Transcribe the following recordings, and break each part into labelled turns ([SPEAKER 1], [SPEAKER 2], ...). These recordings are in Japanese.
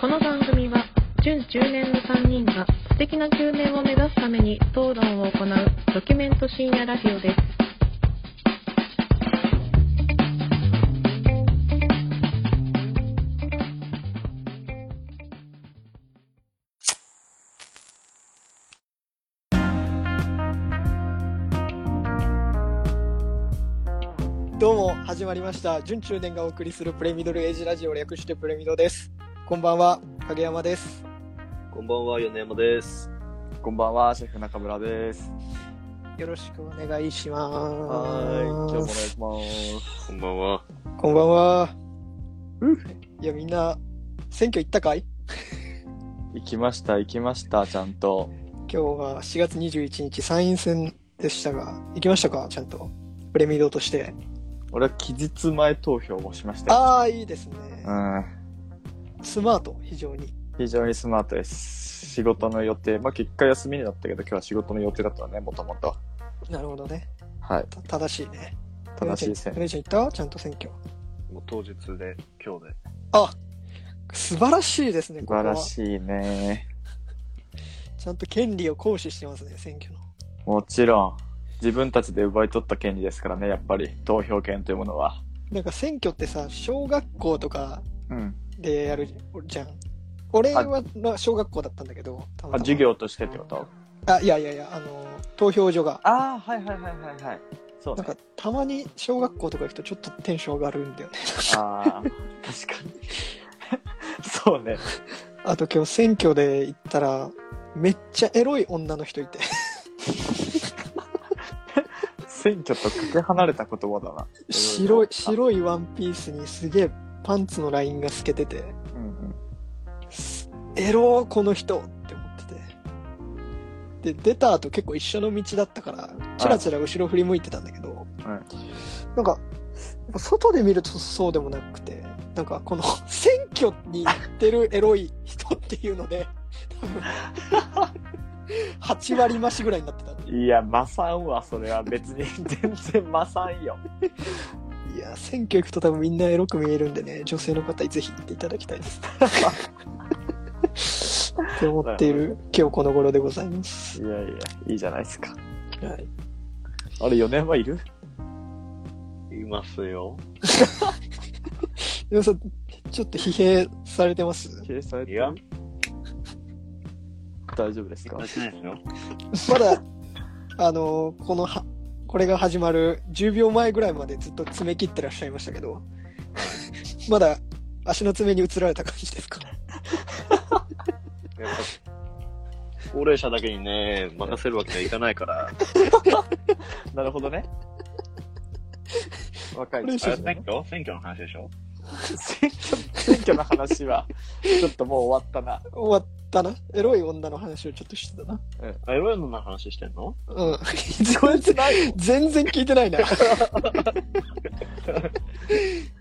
[SPEAKER 1] この番組は準10年の3人が素敵な9年を目指すために討論を行うドキュメント深夜ラジオです。
[SPEAKER 2] どうも始まりました準中年がお送りするプレミドルエイジラジオ略してプレミドですこんばんは影山です
[SPEAKER 3] こんばんは、米山です。
[SPEAKER 4] こんばんは、シェフ中村です。
[SPEAKER 2] よろしくお願いします
[SPEAKER 4] はーい、今日もお願いします。
[SPEAKER 3] こんばんは。
[SPEAKER 2] こんばんはいやみんな選挙行ったかい
[SPEAKER 4] 行きました、行きました、ちゃんと。
[SPEAKER 2] 今日は4月21日参院選でしたが行きましたかちゃんとプレミドとして
[SPEAKER 4] 俺は期日前投票をしましたよ。
[SPEAKER 2] ああいいですね
[SPEAKER 4] うん、
[SPEAKER 2] スマート非常に
[SPEAKER 4] 非常にスマートです。仕事の予定、まあ結果休みになったけど、今日は仕事の予定だったね、もともと。
[SPEAKER 2] なるほどね
[SPEAKER 4] はい、
[SPEAKER 2] た正しいね
[SPEAKER 4] 正しい選
[SPEAKER 2] お姉ちゃん行ったちゃんと選挙
[SPEAKER 3] もう当日で、今日で。
[SPEAKER 2] 素晴らしいですね
[SPEAKER 4] 素
[SPEAKER 2] ここは
[SPEAKER 4] 晴らしいね。
[SPEAKER 2] ちゃんと権利を行使してますね選挙の
[SPEAKER 4] もちろん、自分たちで奪い取った権利ですからね、やっぱり、投票権というものは。
[SPEAKER 2] なんか選挙ってさ小学校とか
[SPEAKER 4] うん。
[SPEAKER 2] でやるじゃん俺はまあ小学校だったんだけどたまた
[SPEAKER 4] あ、
[SPEAKER 2] ま
[SPEAKER 4] 授業としてってこと
[SPEAKER 2] あいやいやいやあの投票所が
[SPEAKER 4] ああ、はいはいはいはいはい。そう
[SPEAKER 2] なん
[SPEAKER 4] ね
[SPEAKER 2] か。たまに小学校とか行くとちょっとテンション上がるんだよね
[SPEAKER 4] ああ、確かに。そうね。
[SPEAKER 2] あと今日選挙で行ったらめっちゃエロい女の人 いて
[SPEAKER 4] 選挙とかけ離れた言葉だな。
[SPEAKER 2] 白い白いワンピースにすげえパンツのラインが透けてて
[SPEAKER 4] うんうん。
[SPEAKER 2] エローこの人って思っててで出た後結構一緒の道だったからチラチラ後ろ振り向いてたんだけど、
[SPEAKER 4] は
[SPEAKER 2] なんか外で見るとそうでもなくてなんかこの 選挙に行ってるエロい人っていうので多分8割増しぐらいになってた
[SPEAKER 4] い、いや、まさんは、それは別に全然まさんよ。
[SPEAKER 2] いや選挙行くと多分みんなエロく見えるんでね女性の方ぜひ行っていただきたいですって思っている今日この頃でございます
[SPEAKER 4] い、やいや、いいじゃないですか。
[SPEAKER 2] はい
[SPEAKER 4] あれ、4年はいる
[SPEAKER 3] いますよ。
[SPEAKER 2] でもさ、ちょっと疲弊されてます
[SPEAKER 4] 経営され
[SPEAKER 3] い
[SPEAKER 4] て
[SPEAKER 3] や
[SPEAKER 4] る、大丈夫ですか
[SPEAKER 3] なってないですよ。
[SPEAKER 2] ま だ、あのこのは、これが始まる10秒前ぐらいまでずっと爪切ってらっしゃいましたけ ど、まだ足の爪に移られた感じですか
[SPEAKER 3] やっぱ高齢者だけにね、任せるわけにはいかないから。
[SPEAKER 4] なるほどね。若い
[SPEAKER 2] これ
[SPEAKER 4] 人
[SPEAKER 2] そうで
[SPEAKER 4] ね
[SPEAKER 3] 選挙選挙の話でしょ
[SPEAKER 4] 選挙、選挙の話は、ちょっともう終わったな。
[SPEAKER 2] 終わったな。エロい女の話をちょっとしてたな。
[SPEAKER 3] あ、いろいろな話してんの
[SPEAKER 2] うん。 全然全然聞いてない な。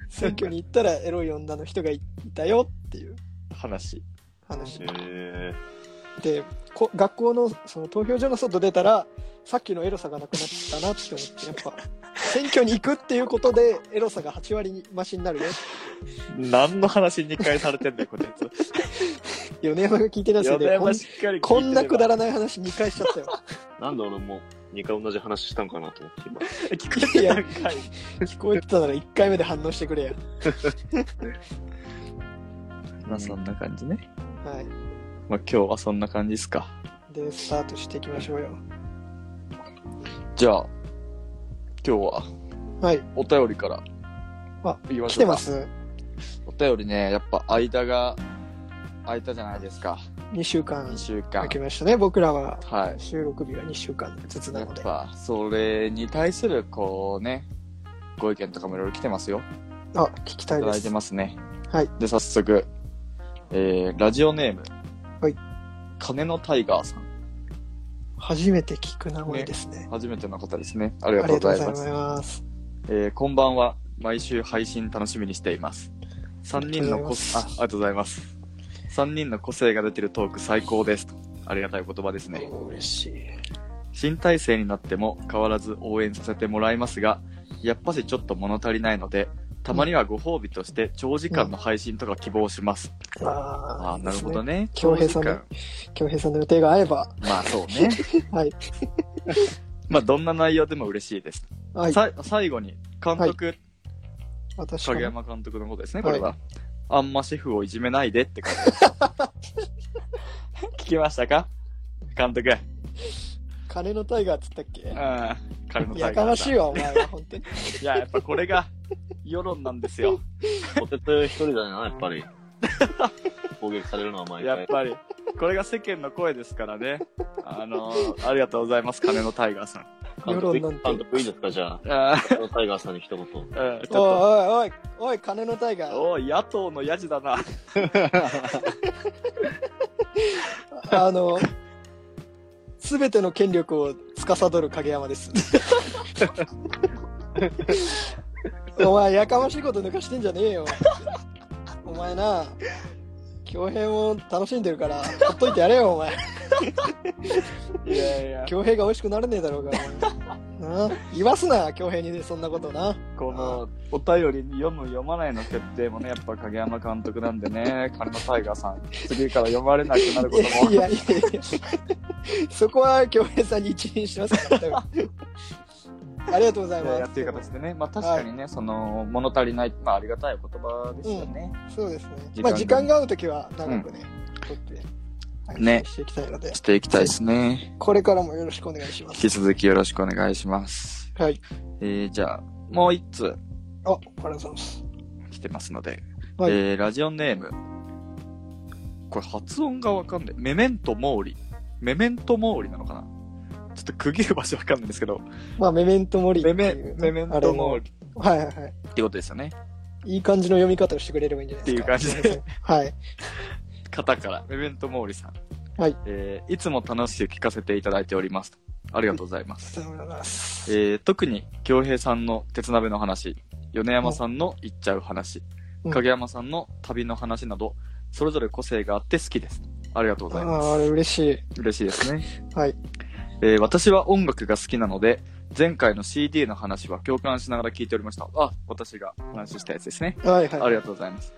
[SPEAKER 2] 選挙に行ったらエロい女の人がいたよっていう
[SPEAKER 4] 話。
[SPEAKER 2] 話
[SPEAKER 3] へえ
[SPEAKER 2] でこ学校のその投票所の外出たらさっきのエロさがなくなったなって思ってやっ ぱ選挙に行くっていうことでエロさが8割増しになるよ
[SPEAKER 4] 何の話2回されてんだよ、こてつ。
[SPEAKER 2] 米山が聞いてないせい
[SPEAKER 4] 4
[SPEAKER 2] で
[SPEAKER 4] 年
[SPEAKER 2] こん
[SPEAKER 4] はしっかり聞いてれば
[SPEAKER 2] こんなくだらない話2回しちゃった よ
[SPEAKER 3] なんで俺も2回同じ話したんかなと思って今。
[SPEAKER 4] 聞こえてないかい。
[SPEAKER 2] 聞こえてたなら1回目で反応してくれや
[SPEAKER 4] まあ、そんな感じね。
[SPEAKER 2] はい
[SPEAKER 4] まあ、今日はそんな感じですか。
[SPEAKER 2] でスタートしていきましょうよ
[SPEAKER 4] じゃあ、今日は
[SPEAKER 2] はい
[SPEAKER 4] お便りから。
[SPEAKER 2] あ、
[SPEAKER 4] 言いま
[SPEAKER 2] 来
[SPEAKER 4] しょ
[SPEAKER 2] て
[SPEAKER 4] うか
[SPEAKER 2] ま。す
[SPEAKER 4] お便りね、やっぱ間が空いたじゃないですか。
[SPEAKER 2] 2週間
[SPEAKER 4] 2週
[SPEAKER 2] 空
[SPEAKER 4] 間。
[SPEAKER 2] きましたね僕らは
[SPEAKER 4] はい。
[SPEAKER 2] 収録日が2週間ずつ
[SPEAKER 4] や
[SPEAKER 2] なの
[SPEAKER 4] っ
[SPEAKER 2] であ
[SPEAKER 4] ぱ、それに対する、こうね、ご意見とかもいろいろ来てますよ。
[SPEAKER 2] 聞きた
[SPEAKER 4] い
[SPEAKER 2] いで
[SPEAKER 4] ただい
[SPEAKER 2] す
[SPEAKER 4] てますね。
[SPEAKER 2] はい。
[SPEAKER 4] で、早速、えー、ラジオネーム。
[SPEAKER 2] はい。
[SPEAKER 4] 金のタイガーさん。
[SPEAKER 2] 初めて聞く名前ですね
[SPEAKER 4] 初めての方ですね。あり
[SPEAKER 2] あ
[SPEAKER 4] が
[SPEAKER 2] り
[SPEAKER 4] とう
[SPEAKER 2] がとう
[SPEAKER 4] ご
[SPEAKER 2] ご
[SPEAKER 4] ざい
[SPEAKER 2] ざいま
[SPEAKER 4] ます。
[SPEAKER 2] す
[SPEAKER 4] えーこんばんは。毎週配信楽しみにしています。3
[SPEAKER 2] ありが
[SPEAKER 4] 人の
[SPEAKER 2] とうご
[SPEAKER 4] こ
[SPEAKER 2] ざいます
[SPEAKER 4] あ、ありがとうございます。3人の個性が出てるトーク最高です。とありがたい言葉ですね。
[SPEAKER 2] 嬉しい
[SPEAKER 4] 新体制になっても変わらず応援させてもらいますが、やっぱしちょっと物足りないので、たまにはご褒美として長時間の配信とか希望します。あ
[SPEAKER 2] あ
[SPEAKER 4] あ、なるほど
[SPEAKER 2] ね。
[SPEAKER 4] ね。
[SPEAKER 2] 恭平さんの
[SPEAKER 4] 長
[SPEAKER 2] 京平さんの予定が合えば、
[SPEAKER 4] 時間まあそうね。
[SPEAKER 2] はい。
[SPEAKER 4] まあどんな内容でも嬉しいです。
[SPEAKER 2] はい。
[SPEAKER 4] さ最後に、監督、
[SPEAKER 2] 私か
[SPEAKER 4] 影
[SPEAKER 2] ら。
[SPEAKER 4] 山監督のことですね、こ
[SPEAKER 2] はい
[SPEAKER 4] れは。あんまシェフをいじめないでって感じです。 聞きましたか監督。
[SPEAKER 2] 金のタイガーっつったっけ
[SPEAKER 4] ああ、彼の
[SPEAKER 2] やかましい
[SPEAKER 4] い
[SPEAKER 2] わ、お前は、本 当に。
[SPEAKER 4] いや、やっぱこれが世論なんですよ。
[SPEAKER 3] ポテト一人だな、やっぱり。攻撃されるのは毎
[SPEAKER 4] やっ
[SPEAKER 3] 回。
[SPEAKER 4] ぱり。これが世間の声ですからね。あのーありがとうございます、金のタイガーさん。
[SPEAKER 3] 監
[SPEAKER 2] 世論なん
[SPEAKER 3] 督、
[SPEAKER 2] て
[SPEAKER 3] 監督いいですか、じゃあ。
[SPEAKER 4] あ
[SPEAKER 3] このタイガーさんに一言。
[SPEAKER 4] あ、うん、ち
[SPEAKER 2] おい
[SPEAKER 4] ょ
[SPEAKER 2] おい
[SPEAKER 4] っ
[SPEAKER 2] おい、おい、金のタイガ
[SPEAKER 4] と。
[SPEAKER 2] ー。
[SPEAKER 4] おい、野党のヤジだな。
[SPEAKER 2] あの、すべての権力を司る影山 です。お前、やかましいこと抜かしてんじゃねえよ。お前な、恭平も楽しんでるから、ほっといてやれよ、お前。
[SPEAKER 4] いやいや、
[SPEAKER 2] 恭平が美味しくならねえだろうが。お前な言わすな、恭平にね、そんなことな。
[SPEAKER 4] このお便り読む読まないの決定もね、やっぱ影山監督なん でね、金のタイガーさん、次から読まれなくなることも。
[SPEAKER 2] いやいやいや、 そこは恭平さんに一任しますから、多分ありがとうござい
[SPEAKER 4] いやいや
[SPEAKER 2] ま
[SPEAKER 4] っ
[SPEAKER 2] す。
[SPEAKER 4] ていう形でね、まあ確かにね、その物足りない、まあありがたいお言葉ですよね。
[SPEAKER 2] そうですね。
[SPEAKER 4] 時間が
[SPEAKER 2] まあ時間が合うときは長くね、取って配信
[SPEAKER 4] ね
[SPEAKER 2] していきたいので、
[SPEAKER 4] していきたいですね。
[SPEAKER 2] これからもよろしくお願いしま
[SPEAKER 4] 引
[SPEAKER 2] す。
[SPEAKER 4] き続きよろしくお願いします。
[SPEAKER 2] はい。
[SPEAKER 4] えー、じゃあ、もう一つ
[SPEAKER 2] あ、ありがとうございます。
[SPEAKER 4] 来てますので、
[SPEAKER 2] はい
[SPEAKER 4] えー、ラジオネーム。これ発音がわかんない。メメントモーリ。メメントモーリなのかなちょっと区切る場所わかんないんですけど、
[SPEAKER 2] まあメメントモリってい
[SPEAKER 4] メ
[SPEAKER 2] う
[SPEAKER 4] メ、メメントモーリ
[SPEAKER 2] あれもはいはいはい。
[SPEAKER 4] ってことですよね。
[SPEAKER 2] いい感じの読み方をしてくれればいいんじゃないですか。
[SPEAKER 4] っていう感じで。
[SPEAKER 2] はい。
[SPEAKER 4] 方から、メメントモーリさん。
[SPEAKER 2] はい。
[SPEAKER 4] えー、いつも楽しく聞かせていただいております。ありがとうございます。
[SPEAKER 2] ありがとうございます。
[SPEAKER 4] えー特に京平さんの鉄鍋の話米山さんの行っちゃう話、
[SPEAKER 2] うん
[SPEAKER 4] 影山さんの旅の話などそれぞれ個性があって好きですありがとう
[SPEAKER 2] あ
[SPEAKER 4] ございます
[SPEAKER 2] あ、あれ嬉しい。
[SPEAKER 4] 嬉しいですね、
[SPEAKER 2] はい
[SPEAKER 4] えー私は音楽が好きなので前回の CD の話は共感しながら聞いておりましたあ私が話したやつですね
[SPEAKER 2] はいはい。
[SPEAKER 4] ありがとうございます。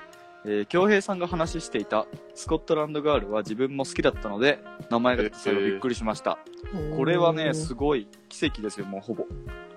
[SPEAKER 4] えー、京平さんが話していたスコットランドガールは自分も好きだったので、名前が出て最後びっくりしました。これは
[SPEAKER 2] う
[SPEAKER 4] ね、
[SPEAKER 2] ん
[SPEAKER 4] すごい奇跡ですよ、もうほぼ。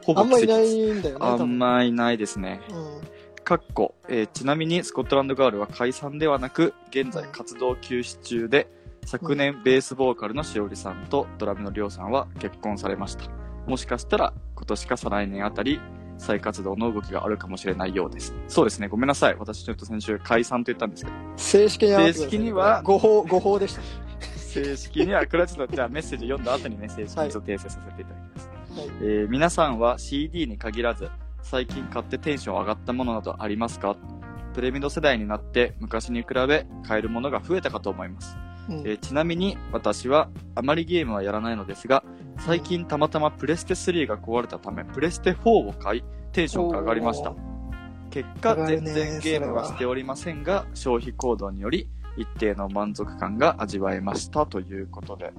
[SPEAKER 4] ほぼ
[SPEAKER 2] あんまい
[SPEAKER 4] 奇跡
[SPEAKER 2] な
[SPEAKER 4] です。
[SPEAKER 2] いんだよね。
[SPEAKER 4] あ
[SPEAKER 2] 多分
[SPEAKER 4] んまいないですね。
[SPEAKER 2] うん。
[SPEAKER 4] かっこ、えーちなみにスコットランドガールは解散ではなく、現在活動休止中で、昨年ベースボーカルのしおりさんとドラムのりょうさんは結婚されました。もしかしたら今年か再来年あたり、再活動の動きがあるかもしれないようです。そうですね、ごめんなさい。私ちょっと先週解散と言ったんですけど、
[SPEAKER 2] 正式に合わせてください
[SPEAKER 4] 正式には
[SPEAKER 2] 誤報、誤報でした。
[SPEAKER 4] 正式には、これはちょっとじゃあメッセージ読んだ後にね、正式にちょっと訂正させていただきます。
[SPEAKER 2] はい
[SPEAKER 4] えー皆さんは CD に限らず最近買ってテンション上がったものなどありますかプレミド世代になって昔に比べ買えるものが増えたかと思います、
[SPEAKER 2] うん
[SPEAKER 4] えーちなみに私はあまりゲームはやらないのですが最近たまたまプレステ3が壊れたためプレステ4を買いテンションが上がりました
[SPEAKER 2] おー
[SPEAKER 4] 結果
[SPEAKER 2] 上がる
[SPEAKER 4] 全
[SPEAKER 2] ね
[SPEAKER 4] 然ゲームはしておりませんが消費行動により一定の満足感が味わえましたということで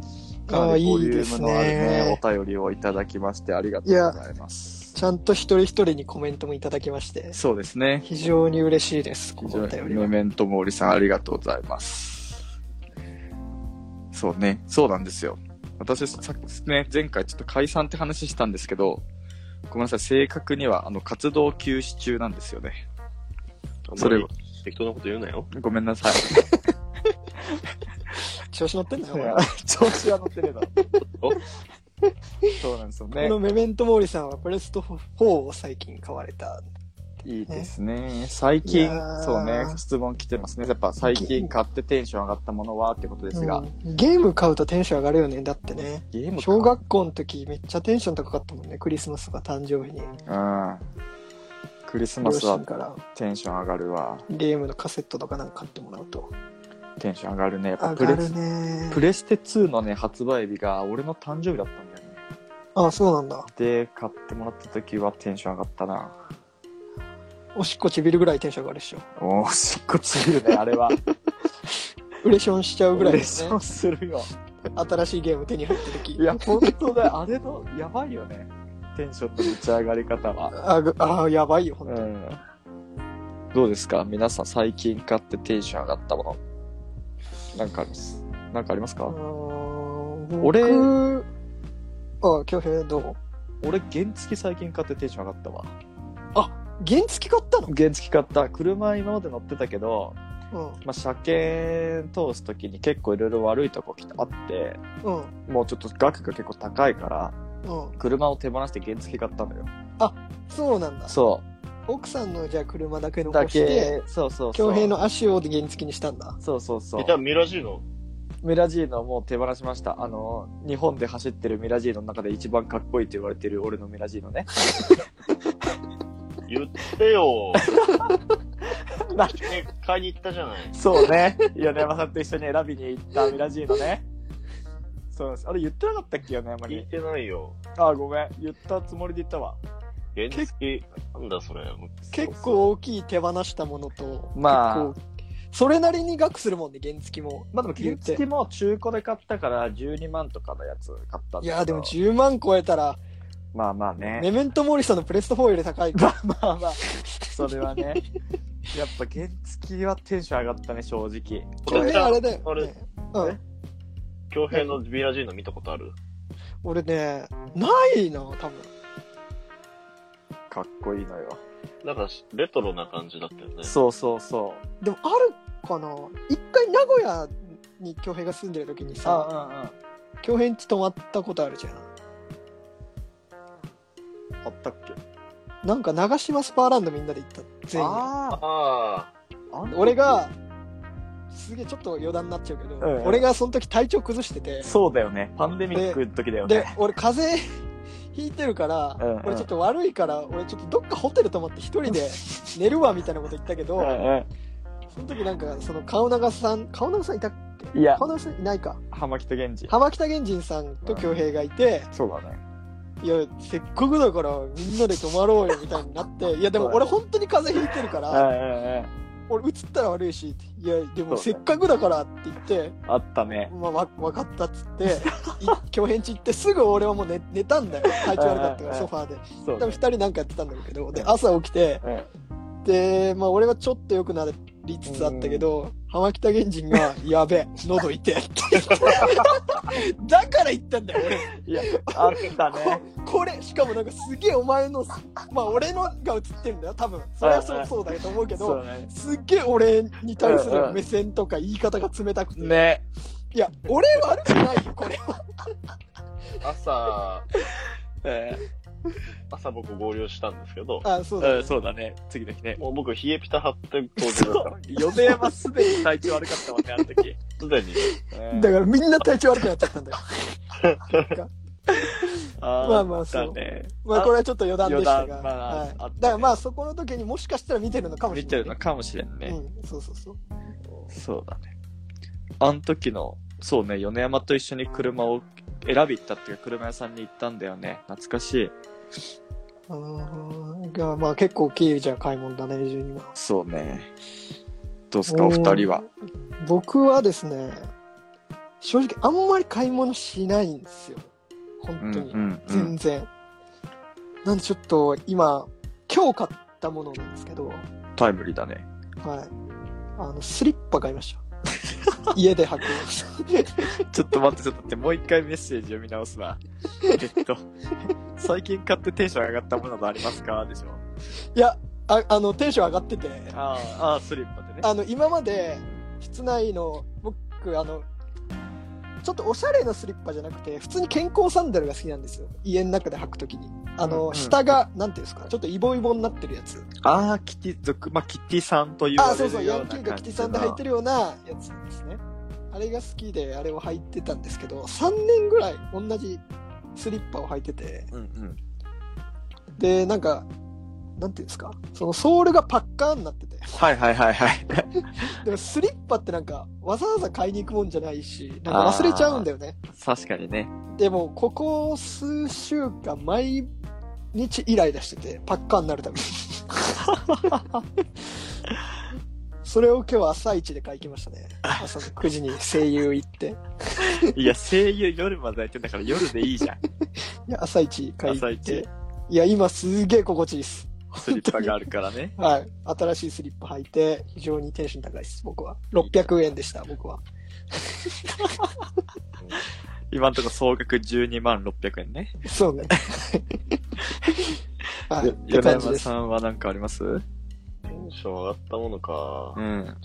[SPEAKER 4] か
[SPEAKER 2] あ
[SPEAKER 4] な
[SPEAKER 2] あ
[SPEAKER 4] りボ
[SPEAKER 2] い
[SPEAKER 4] リ
[SPEAKER 2] い
[SPEAKER 4] ュ
[SPEAKER 2] で
[SPEAKER 4] ーム
[SPEAKER 2] す
[SPEAKER 4] のあるね
[SPEAKER 2] ね。
[SPEAKER 4] お便りをいただきましてありがとうございます
[SPEAKER 2] ちゃんと一人一人にコメントもいただきまして、
[SPEAKER 4] そうですね
[SPEAKER 2] 非常に嬉しいです、こ
[SPEAKER 4] 非
[SPEAKER 2] のお
[SPEAKER 4] 常
[SPEAKER 2] 便
[SPEAKER 4] に
[SPEAKER 2] り
[SPEAKER 4] メ
[SPEAKER 2] は。
[SPEAKER 4] メントモーリさんありがとうございますそうねそうなんですよ私さね前回ちょっと解散って話したんですけどごめんなさい正確にはあの活動休止中なんですよねそ
[SPEAKER 3] そ
[SPEAKER 4] れ
[SPEAKER 3] れ
[SPEAKER 4] を
[SPEAKER 3] 適当なこと言うなよ。
[SPEAKER 4] ごめん なさい
[SPEAKER 2] 調子乗ってんだよ、お前
[SPEAKER 4] 調子は乗ってねえだろ
[SPEAKER 3] お
[SPEAKER 4] そうなんですよ
[SPEAKER 2] こ
[SPEAKER 4] ね
[SPEAKER 2] のメメントモーリさんはプレスト4を最近買われた。
[SPEAKER 4] いいですね。最近
[SPEAKER 2] いや、ー
[SPEAKER 4] そうね、質問来てますね。やっぱ最近買ってテンション上がったものはってことですが、
[SPEAKER 2] うんゲーム買うとテンション上がるよね、だってね。
[SPEAKER 4] ゲームか
[SPEAKER 2] 小学校の時めっちゃテンション高かったもんね、クリスマスとか誕生日に。
[SPEAKER 4] うん。クリスマ
[SPEAKER 2] 両
[SPEAKER 4] スは
[SPEAKER 2] 親から
[SPEAKER 4] テンション上がるわ。
[SPEAKER 2] ゲームのカセットとかなんか買ってもらうと。
[SPEAKER 4] テンション上がるね。やっぱ
[SPEAKER 2] 上
[SPEAKER 4] プ
[SPEAKER 2] が
[SPEAKER 4] レ
[SPEAKER 2] る
[SPEAKER 4] ス
[SPEAKER 2] ね
[SPEAKER 4] プ。レステ2のね、発売日が俺の誕生日だったんだよね。
[SPEAKER 2] あ、そうなんだ。
[SPEAKER 4] で、買ってもらった時はテンション上がったな。
[SPEAKER 2] おしっこちびるぐらいテンション上がるでしょ。
[SPEAKER 4] おー、しっこちぎるね、あれは。
[SPEAKER 2] ウレションしちゃうぐらい
[SPEAKER 4] レ
[SPEAKER 2] で
[SPEAKER 4] ッ
[SPEAKER 2] す
[SPEAKER 4] シ
[SPEAKER 2] ね
[SPEAKER 4] ョ。ンするよ。
[SPEAKER 2] 新しいゲーム手に入った時
[SPEAKER 4] いや、本当だよ。あれの、やばいよね。テンションの打ち上がり方は。
[SPEAKER 2] あぐあーやばいよ、ほん
[SPEAKER 4] う
[SPEAKER 2] と
[SPEAKER 4] ん。どうですか皆さん最近買ってテンション上がったもの。なんかあります。なんかありますか、俺
[SPEAKER 2] 俺あ、京平どう
[SPEAKER 4] 俺、原付最近買ってテンション上がったわ。
[SPEAKER 2] 原付買ったの
[SPEAKER 4] 原付買った。車今まで乗ってたけど、
[SPEAKER 2] うん
[SPEAKER 4] まあ、車検通すときに結構いろいろ悪いとこあって、
[SPEAKER 2] うん
[SPEAKER 4] もうちょっと額が結構高いから、
[SPEAKER 2] うん
[SPEAKER 4] 車を手放して原付買ったのよ。
[SPEAKER 2] そうなんだ
[SPEAKER 4] そ
[SPEAKER 2] 奥さんのじゃあ車だけ
[SPEAKER 4] う。
[SPEAKER 2] 残
[SPEAKER 4] だ
[SPEAKER 2] して
[SPEAKER 4] け、そうそうそう。
[SPEAKER 2] 京平の足を原付にしたんだ
[SPEAKER 4] そうそうそう
[SPEAKER 3] え、。じゃあミラジーノ
[SPEAKER 4] ミラジーノもう手放しました。あの、日本で走ってるミラジーノの中で一番かっこいいと言われてる俺のミラジーノね。
[SPEAKER 3] 言って よ
[SPEAKER 4] な
[SPEAKER 3] え買いに行ったじゃない。
[SPEAKER 4] そうね。 米山さんと一緒に選びに行ったミラジーノね。そうなんです。あれ言ってなかったっけ、米山
[SPEAKER 3] 聞い
[SPEAKER 4] に。
[SPEAKER 3] てないよ。
[SPEAKER 4] ああ、ごめん。言ったつもりで言ったわ。
[SPEAKER 3] 原付なんだそれ。
[SPEAKER 2] 結構大きい手放したものと
[SPEAKER 4] まあ
[SPEAKER 2] 結構それなりに額するもんね原付も
[SPEAKER 4] まあでも、
[SPEAKER 2] 言
[SPEAKER 4] 原
[SPEAKER 2] って
[SPEAKER 4] 付も中古で買ったから12万とかのやつ買ったんだけど
[SPEAKER 2] いやでも10万超えたら
[SPEAKER 4] まあまあね。
[SPEAKER 2] メメントモリソンのプレスト4より高いか
[SPEAKER 4] まあまあ、それはね。やっぱ原付はテンション上がったね、正直。
[SPEAKER 2] ら京
[SPEAKER 3] 俺
[SPEAKER 2] 平あれだよ、
[SPEAKER 3] あれ
[SPEAKER 2] ねうん
[SPEAKER 3] え京平のミラジーノ見たことある
[SPEAKER 2] 俺ねないな多分
[SPEAKER 4] かっこいいのよ。
[SPEAKER 3] なんかしレトロな感じだったよね。
[SPEAKER 4] そうそうそう。
[SPEAKER 2] でもあるかな一回名古屋に京平が住んでる時にさ
[SPEAKER 4] あ
[SPEAKER 2] 京平んち泊まったことあるじゃん
[SPEAKER 4] うんうん。あったっけ
[SPEAKER 2] なんか長島スパーランドみんなで行った全員で
[SPEAKER 4] あ
[SPEAKER 3] あ
[SPEAKER 4] あ
[SPEAKER 2] 俺、がすげえちょっと余談になっちゃうけど、
[SPEAKER 4] んうん
[SPEAKER 2] 俺がその時体調崩してて
[SPEAKER 4] そうだよね。パンデミックの時だよ
[SPEAKER 2] で
[SPEAKER 4] ね。
[SPEAKER 2] 俺風邪ひいてるから、
[SPEAKER 4] うんうん
[SPEAKER 2] 俺ちょっと悪いから俺ちょっとどっかホテル泊まって一人で寝るわみたいなこと言ったけ
[SPEAKER 4] う
[SPEAKER 2] ど、
[SPEAKER 4] んう
[SPEAKER 2] その時なんかその顔長さん顔長さんいた
[SPEAKER 4] んいや、
[SPEAKER 2] 顔長さんいないか
[SPEAKER 4] 浜北源氏。
[SPEAKER 2] 浜北源人さんと京平がいて、
[SPEAKER 4] そうだね。
[SPEAKER 2] いやせっかくだからみんなで泊まろうよみたいになっていやでも俺本当に風邪ひいてるか
[SPEAKER 4] う
[SPEAKER 2] ら
[SPEAKER 4] んうんうん。
[SPEAKER 2] 俺映ったら悪いしっていやでも
[SPEAKER 4] そうだね
[SPEAKER 2] せっかくだからって言って。
[SPEAKER 4] あったね。
[SPEAKER 2] まあ、わ分かったっつって共演地行ってすぐ俺はもう寝寝たんだよ体調悪かったか
[SPEAKER 4] うんうんう
[SPEAKER 2] ら
[SPEAKER 4] ん
[SPEAKER 2] ソファーで
[SPEAKER 4] そう
[SPEAKER 2] 多
[SPEAKER 4] だ
[SPEAKER 2] 分
[SPEAKER 4] ね。
[SPEAKER 2] 2人なんかやってたんだけどで朝起きて
[SPEAKER 4] うん
[SPEAKER 2] で、まあ、俺はちょっと良くなりつつあったけど浜北源人が「やべえ喉痛い」って言ってだから言ったんだよ俺
[SPEAKER 4] いや、あった ね。
[SPEAKER 2] ここれしかもなんかす げえお前のまあ俺のが映ってるんだよ多分それは
[SPEAKER 4] うん
[SPEAKER 2] そううんそうだと思うけ
[SPEAKER 4] そう
[SPEAKER 2] ど
[SPEAKER 4] だね。
[SPEAKER 2] すっげえ俺に対す
[SPEAKER 4] うんう
[SPEAKER 2] る
[SPEAKER 4] ん
[SPEAKER 2] 目線とか言い方が冷たくて、
[SPEAKER 4] ね。
[SPEAKER 2] いや俺悪くないよこ れは
[SPEAKER 3] あ。朝、
[SPEAKER 4] え
[SPEAKER 3] 朝僕合流したんですけど、
[SPEAKER 2] あそうだね、
[SPEAKER 4] ーうんそうだね。次の 日ね。
[SPEAKER 3] もう僕、冷えピタ貼って当然だ
[SPEAKER 4] そ
[SPEAKER 3] った
[SPEAKER 4] う。米山すでに体調悪かったもんね、あの時。
[SPEAKER 3] すでに。
[SPEAKER 4] うん
[SPEAKER 2] だからみんな体調悪くなっちゃったん だよ。まあまあそう
[SPEAKER 4] だね。
[SPEAKER 2] まあこれはちょっと余談でしたが。
[SPEAKER 4] 余談まあ
[SPEAKER 2] はい
[SPEAKER 4] あったね
[SPEAKER 2] だからまあそこの時にもしかしたら見てるのかもしれ
[SPEAKER 4] 見
[SPEAKER 2] ない。
[SPEAKER 4] てるのかもしれんね。
[SPEAKER 2] うん、そうそうそう。
[SPEAKER 4] そうだね。あの時の、そうね、米山と一緒に車を選び行ったっていうか、車屋さんに行ったんだよね。懐かしい。
[SPEAKER 2] うーんがまあ結構経由じゃ買い物だね、12万。
[SPEAKER 4] そうね。どうすか、お二人は。
[SPEAKER 2] 僕はですね、正直あんまり買い物しないんですよ。
[SPEAKER 4] う
[SPEAKER 2] 本
[SPEAKER 4] んう
[SPEAKER 2] 当
[SPEAKER 4] ん
[SPEAKER 2] に。
[SPEAKER 4] う
[SPEAKER 2] 全
[SPEAKER 4] ん。
[SPEAKER 2] 然。なんでちょっと今、今日買ったものなんですけど、はい。
[SPEAKER 4] タイムリーだね。
[SPEAKER 2] あの、スリッパ買いま した。家で履く。
[SPEAKER 4] ちょっと待って、ちょっと待って、もう一回メッセージ読み直すわ。えっ と、最近買ってテンション上がったものなどありますかでしょ。
[SPEAKER 2] いや、ああの、テンション上がってて。
[SPEAKER 4] ああ、ああ、スリッパでね。
[SPEAKER 2] あの今まで室内の僕あのちょっとおしゃれなスリッパじゃなくて普通に健康サンダルが好きなんですよ家の中で履くときにあの、
[SPEAKER 4] うんうん
[SPEAKER 2] 下がなんていうんですかちょっとイボイボになってるやつ
[SPEAKER 4] ああ、キティ、俗、まあ、キティさんと言
[SPEAKER 2] あ
[SPEAKER 4] わ
[SPEAKER 2] そ
[SPEAKER 4] れ
[SPEAKER 2] うそう
[SPEAKER 4] るよ
[SPEAKER 2] ヤ
[SPEAKER 4] うな
[SPEAKER 2] ンキー
[SPEAKER 4] 感じ
[SPEAKER 2] が
[SPEAKER 4] の。
[SPEAKER 2] キティさんで履いてるようなやつですねあれが好きであれを履いてたんですけど3年ぐらい同じスリッパを履いてて
[SPEAKER 4] うんうん。
[SPEAKER 2] でなんかなんていうんですかそのソールがパッカーになってて
[SPEAKER 4] はいはいはいはい。
[SPEAKER 2] でもスリッパってなんかわざわざ買いに行くもんじゃないしなんか忘れちゃうんだよね
[SPEAKER 4] 確かにね。
[SPEAKER 2] でもここ数週間毎日イライラしててパッカーになるた びにそれを今日は朝一で買いに行きましたね朝の9時に声優行って
[SPEAKER 4] いや、声優夜までやってんだ から夜でいいじゃん。
[SPEAKER 2] いや朝一買いに行っ
[SPEAKER 4] 朝
[SPEAKER 2] ていや今すげえ心地いいです
[SPEAKER 4] スリッパがあるからね。
[SPEAKER 2] はい。新しいスリッパ履いて、非常にテンション高いです、僕は。600円でした、僕は。
[SPEAKER 4] 今のところ総額12万600円ね。
[SPEAKER 2] そう ね。はい。って
[SPEAKER 4] 米
[SPEAKER 2] 感じ
[SPEAKER 4] 山
[SPEAKER 2] です。
[SPEAKER 4] さんは何かありますう
[SPEAKER 3] テンション上がったものか。
[SPEAKER 4] ん。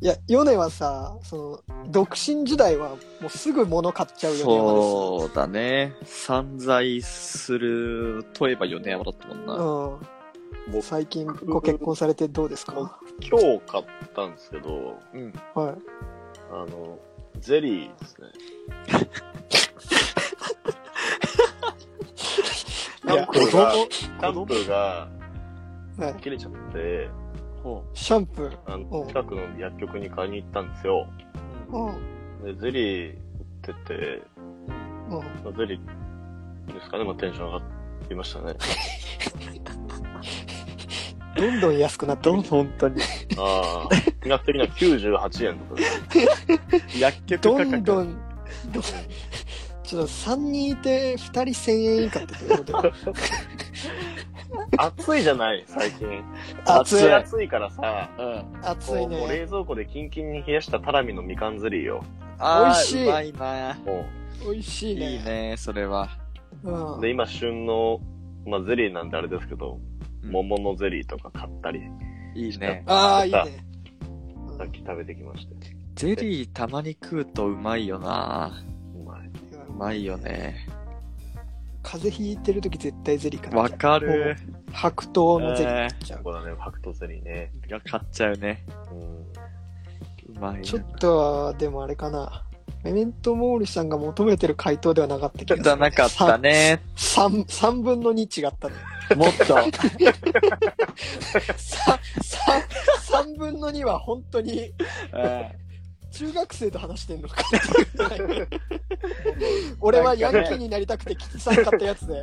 [SPEAKER 2] いや、ヨネはさ、その、独身時代はもうすぐ物買っちゃう米山です。
[SPEAKER 4] そうだね。散財するといえば米山だったもんな。
[SPEAKER 2] うん。最近ご結婚されてどうですか
[SPEAKER 3] 今日買ったんですけど、
[SPEAKER 4] うん。
[SPEAKER 2] はい。
[SPEAKER 3] あの、ゼリーですね。
[SPEAKER 2] い
[SPEAKER 3] タ
[SPEAKER 2] や
[SPEAKER 3] ンプルが、タ
[SPEAKER 4] 供
[SPEAKER 3] ンプルが
[SPEAKER 2] はい。
[SPEAKER 3] 切れちゃって、
[SPEAKER 4] ほ
[SPEAKER 2] シャンプー。
[SPEAKER 3] あ
[SPEAKER 2] う
[SPEAKER 3] の
[SPEAKER 2] ん
[SPEAKER 3] 近くの薬局に買いに行ったんですよ。
[SPEAKER 4] う。
[SPEAKER 2] うん。
[SPEAKER 3] で、ゼリー売ってて、
[SPEAKER 2] うん。
[SPEAKER 3] まあ、ゼリーですかね、まあ、テンション上がりました ね。
[SPEAKER 2] どんどん安くなって
[SPEAKER 4] ど
[SPEAKER 2] る
[SPEAKER 4] ん。本当に。
[SPEAKER 3] ああ、金額的には98円とかです。
[SPEAKER 4] 薬局
[SPEAKER 2] ど
[SPEAKER 4] 価格。
[SPEAKER 2] んどん、どん、ちょっと3人いて2人1000円以下ってどういうこと
[SPEAKER 3] 暑いじゃない、最近。
[SPEAKER 2] 熱い、
[SPEAKER 3] 暑いからさ、
[SPEAKER 4] うん。
[SPEAKER 2] 熱
[SPEAKER 3] こ
[SPEAKER 2] いう
[SPEAKER 3] もう冷
[SPEAKER 2] ね。
[SPEAKER 3] 蔵庫でキンキンに冷やしたタラミのみかんゼリーよ。
[SPEAKER 4] あー
[SPEAKER 2] 美味しいう
[SPEAKER 4] まいな。
[SPEAKER 3] も
[SPEAKER 2] 美味し
[SPEAKER 4] い
[SPEAKER 2] い
[SPEAKER 4] い
[SPEAKER 2] ね。
[SPEAKER 4] ね、それは。
[SPEAKER 2] うん
[SPEAKER 3] う。で、今旬の、まあ、ゼリーなんであれですけど、
[SPEAKER 4] うん
[SPEAKER 3] 桃のゼリーとか買ったり、
[SPEAKER 4] いいね。
[SPEAKER 2] ああ、いいね。
[SPEAKER 3] さっき食べてきまして。
[SPEAKER 4] ゼリーたまに食うとうまいよな。
[SPEAKER 3] うまい。
[SPEAKER 2] うん
[SPEAKER 4] うまいよね。
[SPEAKER 2] 風邪ひいてるとき絶対ゼリー買っちゃう
[SPEAKER 4] わかる。
[SPEAKER 2] 白
[SPEAKER 4] う
[SPEAKER 2] 桃のゼリー買
[SPEAKER 4] ん
[SPEAKER 2] っちゃう
[SPEAKER 3] こ。こだね、ファクトゼリーね。
[SPEAKER 4] が買っちゃうね。
[SPEAKER 3] うん。
[SPEAKER 4] うまいよ。
[SPEAKER 2] ちょっとは、でもあれかな。メメントモーリさんが求めてる回答ではなかった気がする。
[SPEAKER 4] じゃなかったね。
[SPEAKER 2] 3。三分の2違ったね。
[SPEAKER 4] もっ と。
[SPEAKER 2] ささ三分の2は本当に
[SPEAKER 4] う
[SPEAKER 2] 中学生と話してんのかっていう俺はヤンキーになりたくてきつかったやつで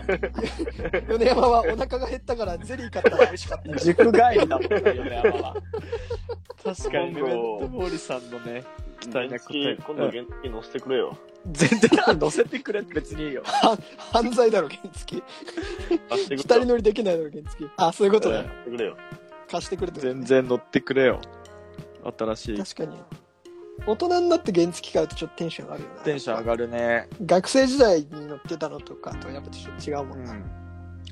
[SPEAKER 2] 米山はお腹が減ったからゼリー買ったら美味しかった
[SPEAKER 4] ん塾帰りだもんね、米山は。確かに、メ
[SPEAKER 3] 今
[SPEAKER 4] メン
[SPEAKER 3] 後
[SPEAKER 4] トモーリさんのね、期
[SPEAKER 3] 原
[SPEAKER 4] 待な答
[SPEAKER 3] 付、
[SPEAKER 4] え
[SPEAKER 3] 今度原付乗せてくれよ。
[SPEAKER 4] 全然乗せてくれって別にいいよ。
[SPEAKER 2] は犯罪だろ原付
[SPEAKER 3] 貸して
[SPEAKER 2] 二
[SPEAKER 3] くれ
[SPEAKER 2] 人
[SPEAKER 3] よ。
[SPEAKER 2] 乗りできないだろ原付あそういうこと
[SPEAKER 3] うん
[SPEAKER 2] ね
[SPEAKER 3] 貸してくれよ。
[SPEAKER 2] 貸してくれて
[SPEAKER 4] 全然乗ってくれよ。新しい。
[SPEAKER 2] 確かに大人になって原付買うとちょっとテンション上がるよな
[SPEAKER 4] テンション上がるね。
[SPEAKER 2] 学生時代に乗ってたのとかとやっぱちょっと違うも
[SPEAKER 4] うん
[SPEAKER 2] な、
[SPEAKER 4] ん。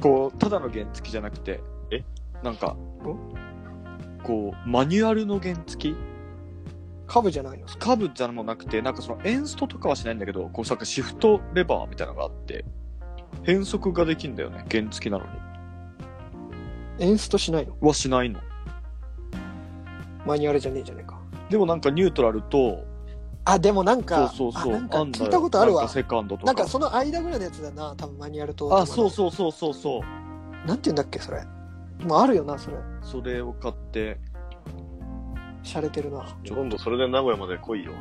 [SPEAKER 4] こう、ただの原付じゃなくて、
[SPEAKER 3] え
[SPEAKER 4] なんか
[SPEAKER 2] お、
[SPEAKER 4] こう、マニュアルの原付
[SPEAKER 2] カブじゃないの
[SPEAKER 4] カブじゃもなくて、なんかそのエンストとかはしないんだけど、こうなんかシフトレバーみたいなのがあって、変速ができんだよね、原付なのに。
[SPEAKER 2] エンストしないの
[SPEAKER 4] はしないの。
[SPEAKER 2] マニュアルじゃねえじゃねえか
[SPEAKER 4] でもなんかニュートラルと、
[SPEAKER 2] あでもなんか
[SPEAKER 4] そうそうそ
[SPEAKER 2] あ
[SPEAKER 4] う、
[SPEAKER 2] なんか
[SPEAKER 4] んだよ
[SPEAKER 2] 聞いたことある
[SPEAKER 4] な
[SPEAKER 2] わ
[SPEAKER 4] んかセカンドとか。
[SPEAKER 2] なんかその間ぐらいのやつだな、多分マニュアルと。
[SPEAKER 4] あ、そうそうそうそうそう。
[SPEAKER 2] う。なんて言うんだっけ、それ。もうあるよな、それ。
[SPEAKER 4] それを買って、
[SPEAKER 2] 洒落てるな。
[SPEAKER 3] 今度それで名古屋まで来いよ。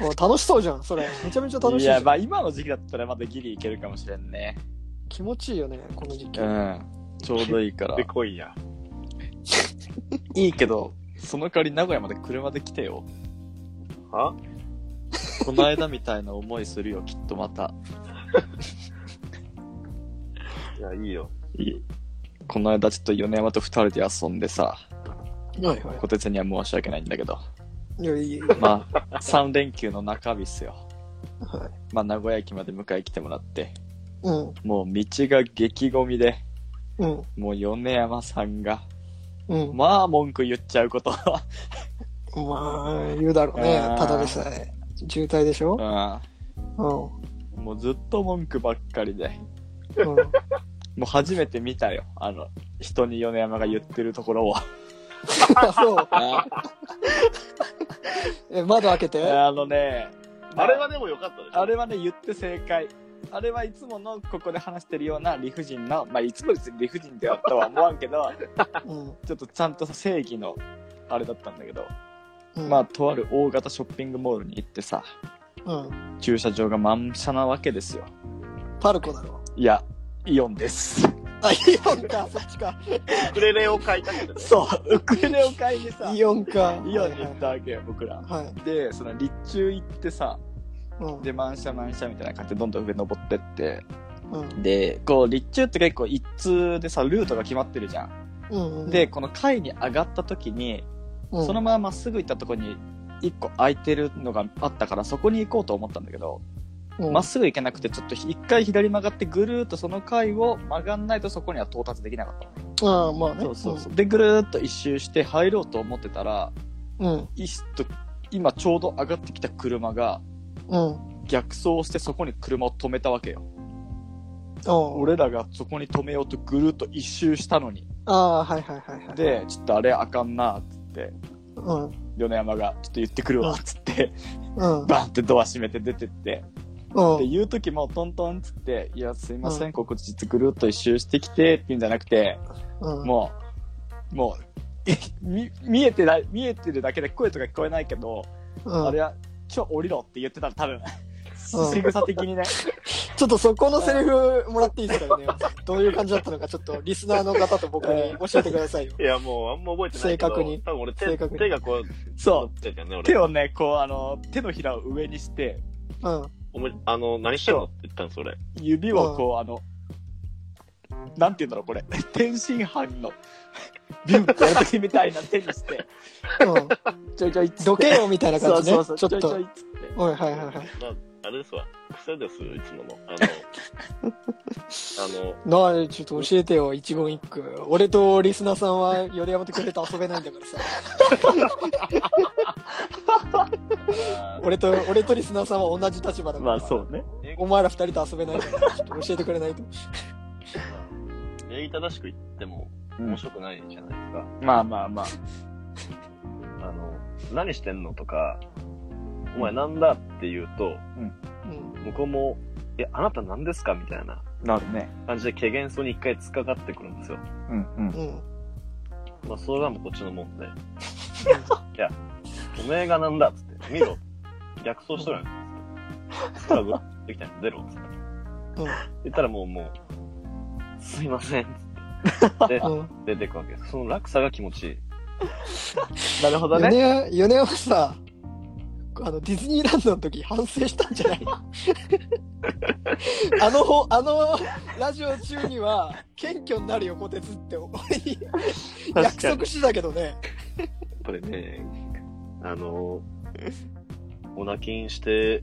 [SPEAKER 2] もう楽しそうじゃん、それ。めちゃめちゃ楽しい
[SPEAKER 4] い
[SPEAKER 2] じゃ
[SPEAKER 4] や、
[SPEAKER 2] ん
[SPEAKER 4] まあ今の時期だったらまだギリいけるかもしれんね。
[SPEAKER 2] 気持ちいいよね、この時期
[SPEAKER 4] う。ん。ちょうどいいから
[SPEAKER 3] で、。来いや。
[SPEAKER 4] いいけど、その代わり名古屋まで車で来てよ。
[SPEAKER 3] は
[SPEAKER 4] この間みたいな思いするよ、きっとまた。
[SPEAKER 3] いや、いいよ。
[SPEAKER 4] いいこの間ちょっと米山と二人で遊んでさ、
[SPEAKER 2] はいは
[SPEAKER 4] 小鉄には申し訳ないんだけど、
[SPEAKER 2] い。いや、いいいい。
[SPEAKER 4] まあ、3連休の中日っすよ。
[SPEAKER 2] はい
[SPEAKER 4] まあ、名古屋駅まで迎え来てもらって、
[SPEAKER 2] うん、
[SPEAKER 4] もう道が激ゴミで、
[SPEAKER 2] うん、
[SPEAKER 4] もう米山さんが、
[SPEAKER 2] うん。
[SPEAKER 4] まあ文句言っちゃうこと。
[SPEAKER 2] まあ、言うだろうね
[SPEAKER 4] あー。
[SPEAKER 2] ただでさえ。渋滞でしょ
[SPEAKER 4] う
[SPEAKER 2] うん。
[SPEAKER 4] ん。もうずっと文句ばっかりで、
[SPEAKER 2] うん、
[SPEAKER 4] もう初めて見たよ。あの、人に米山が言ってるところを。
[SPEAKER 2] あそう
[SPEAKER 4] あ
[SPEAKER 2] え窓開けて
[SPEAKER 4] あのね、
[SPEAKER 3] あれはでもよかったでしょ
[SPEAKER 4] あれはね、言って正解。あれはいつものここで話してるような理不尽な、まあ、いつも別に理不尽ではとは思わんけど、
[SPEAKER 2] うん、
[SPEAKER 4] ちょっとちゃんと正義のあれだったんだけど、
[SPEAKER 2] うん、
[SPEAKER 4] まあ、とある大型ショッピングモールに行ってさ、
[SPEAKER 2] うん
[SPEAKER 4] 駐車場が満車なわけですよ。
[SPEAKER 2] パルコだろ
[SPEAKER 4] いや、イオンです。
[SPEAKER 2] あイオンかそっちか
[SPEAKER 3] ウクレレを買いたくてね。
[SPEAKER 4] そう、ウクレレを買いにさ、イ
[SPEAKER 2] イオンか
[SPEAKER 4] オンに行ったわけよ、僕ら。
[SPEAKER 2] はい、はい
[SPEAKER 4] で、その立中行ってさ、
[SPEAKER 2] うん
[SPEAKER 4] で、満車満車みたいな感じでどんどん上登ってって、
[SPEAKER 2] うん
[SPEAKER 4] で、こう、立中って結構一通でさ、ルートが決まってるじゃん。
[SPEAKER 2] うんうん
[SPEAKER 4] で、この階に上がった時に、
[SPEAKER 2] うん
[SPEAKER 4] そのまままっすぐ行ったとこに、一個空いてるのがあったから、そこに行こうと思ったんだけど、
[SPEAKER 2] うん
[SPEAKER 4] まっすぐ行けなくて、ちょっと一回左曲がって、ぐるーっとその階を曲がんないとそこには到達できなかったの。
[SPEAKER 2] ああまあね
[SPEAKER 4] そうそうそう。で、ぐるーっと一周して入ろうと思ってたら、
[SPEAKER 2] うん
[SPEAKER 4] いっと今ちょうど上がってきた車が
[SPEAKER 2] うん
[SPEAKER 4] 逆走してそこに車を止めたわけよ。
[SPEAKER 2] 俺
[SPEAKER 4] 俺らがそこに止めようとぐるっと一周したのに。
[SPEAKER 2] ああはいはいはいはい
[SPEAKER 4] で、ちょっとあれあかんなっつって、
[SPEAKER 2] うん
[SPEAKER 4] 米山がちょっと言ってくるわっつって、
[SPEAKER 2] うん
[SPEAKER 4] バンってドア閉めて出てって、
[SPEAKER 2] うん
[SPEAKER 4] で、言う時もトントンっつって、いや、すいません、ここ実ぐるっと一周してきてって言うんじゃなくて、
[SPEAKER 2] うん
[SPEAKER 4] もう、もう、えみ見えてない、見えてるだけで声とか聞こえないけど、
[SPEAKER 2] うん
[SPEAKER 4] あれは、今日降りろって言ってたら多分、仕草的にね、
[SPEAKER 2] ちょっとそこのセリフもらっていいですかねどういう感じだったのかちょっとリスナーの方と僕に教えてくださいよ
[SPEAKER 3] いや、もうあんま覚えてないけど。
[SPEAKER 2] 正確に
[SPEAKER 3] 多分俺
[SPEAKER 2] 正
[SPEAKER 3] 手、
[SPEAKER 2] 確に
[SPEAKER 3] 手がこう、
[SPEAKER 4] そう、
[SPEAKER 3] う。てたよね、俺。
[SPEAKER 4] 手をね、こう、あの、手のひらを上にして、
[SPEAKER 2] うん
[SPEAKER 3] お前、あの、何してんのって言ったんです、俺。
[SPEAKER 4] 指をこう、あの、なんて言うんだろう、これ、天津飯の、ビュンってやるときみたいな手にして、
[SPEAKER 2] うん
[SPEAKER 4] ちょいちょいっつって
[SPEAKER 2] どけよみたいな
[SPEAKER 4] そ
[SPEAKER 2] 感
[SPEAKER 4] う
[SPEAKER 2] じね
[SPEAKER 4] そうそう、
[SPEAKER 2] ちょっ
[SPEAKER 4] ちょいちょ
[SPEAKER 2] と
[SPEAKER 4] いっつって。
[SPEAKER 2] おいはいはいはい
[SPEAKER 3] まあ、あれですわ。癖です、いつもの。あの、 あの、
[SPEAKER 2] なあちょっと教えてよ一言一句俺とリスナーさんは米山とくれと遊べないんだからさ 俺と俺とリスナーさんは同じ立場だから、
[SPEAKER 4] まあそうね。
[SPEAKER 2] お前ら二人と遊べないからちょっと教えてくれないと
[SPEAKER 3] 礼儀正しく言っても面白くないじゃないですか。
[SPEAKER 4] まあまあまあ。
[SPEAKER 3] あの、何してんのとか、お前なんだって言うと、
[SPEAKER 2] うん
[SPEAKER 3] 向こうも、え、あなた何ですかみたいな
[SPEAKER 4] なるね。
[SPEAKER 3] 感じで、軽減そうに一回突っかかってくるんですよ。
[SPEAKER 4] うんうん。
[SPEAKER 2] うん
[SPEAKER 3] まあ、それはもうこっちの問 題。いや、おめえがなんだっつって、見ろ。逆走しとるやん。 つって。グッできたんゼロっつって。
[SPEAKER 2] うん
[SPEAKER 3] 言ったらもう、もう、すいません。つってで
[SPEAKER 2] う、ん
[SPEAKER 3] 出てくわけです。その落差が気持ちいい。
[SPEAKER 4] なるほど
[SPEAKER 2] 米
[SPEAKER 4] ね。
[SPEAKER 2] 山米山はさあのディズニーランドの時反省したんじゃないあのほあのラジオ中には謙虚になるよこてつって俺に約束してたけどね
[SPEAKER 3] やっぱりね、あの、お泣きんして、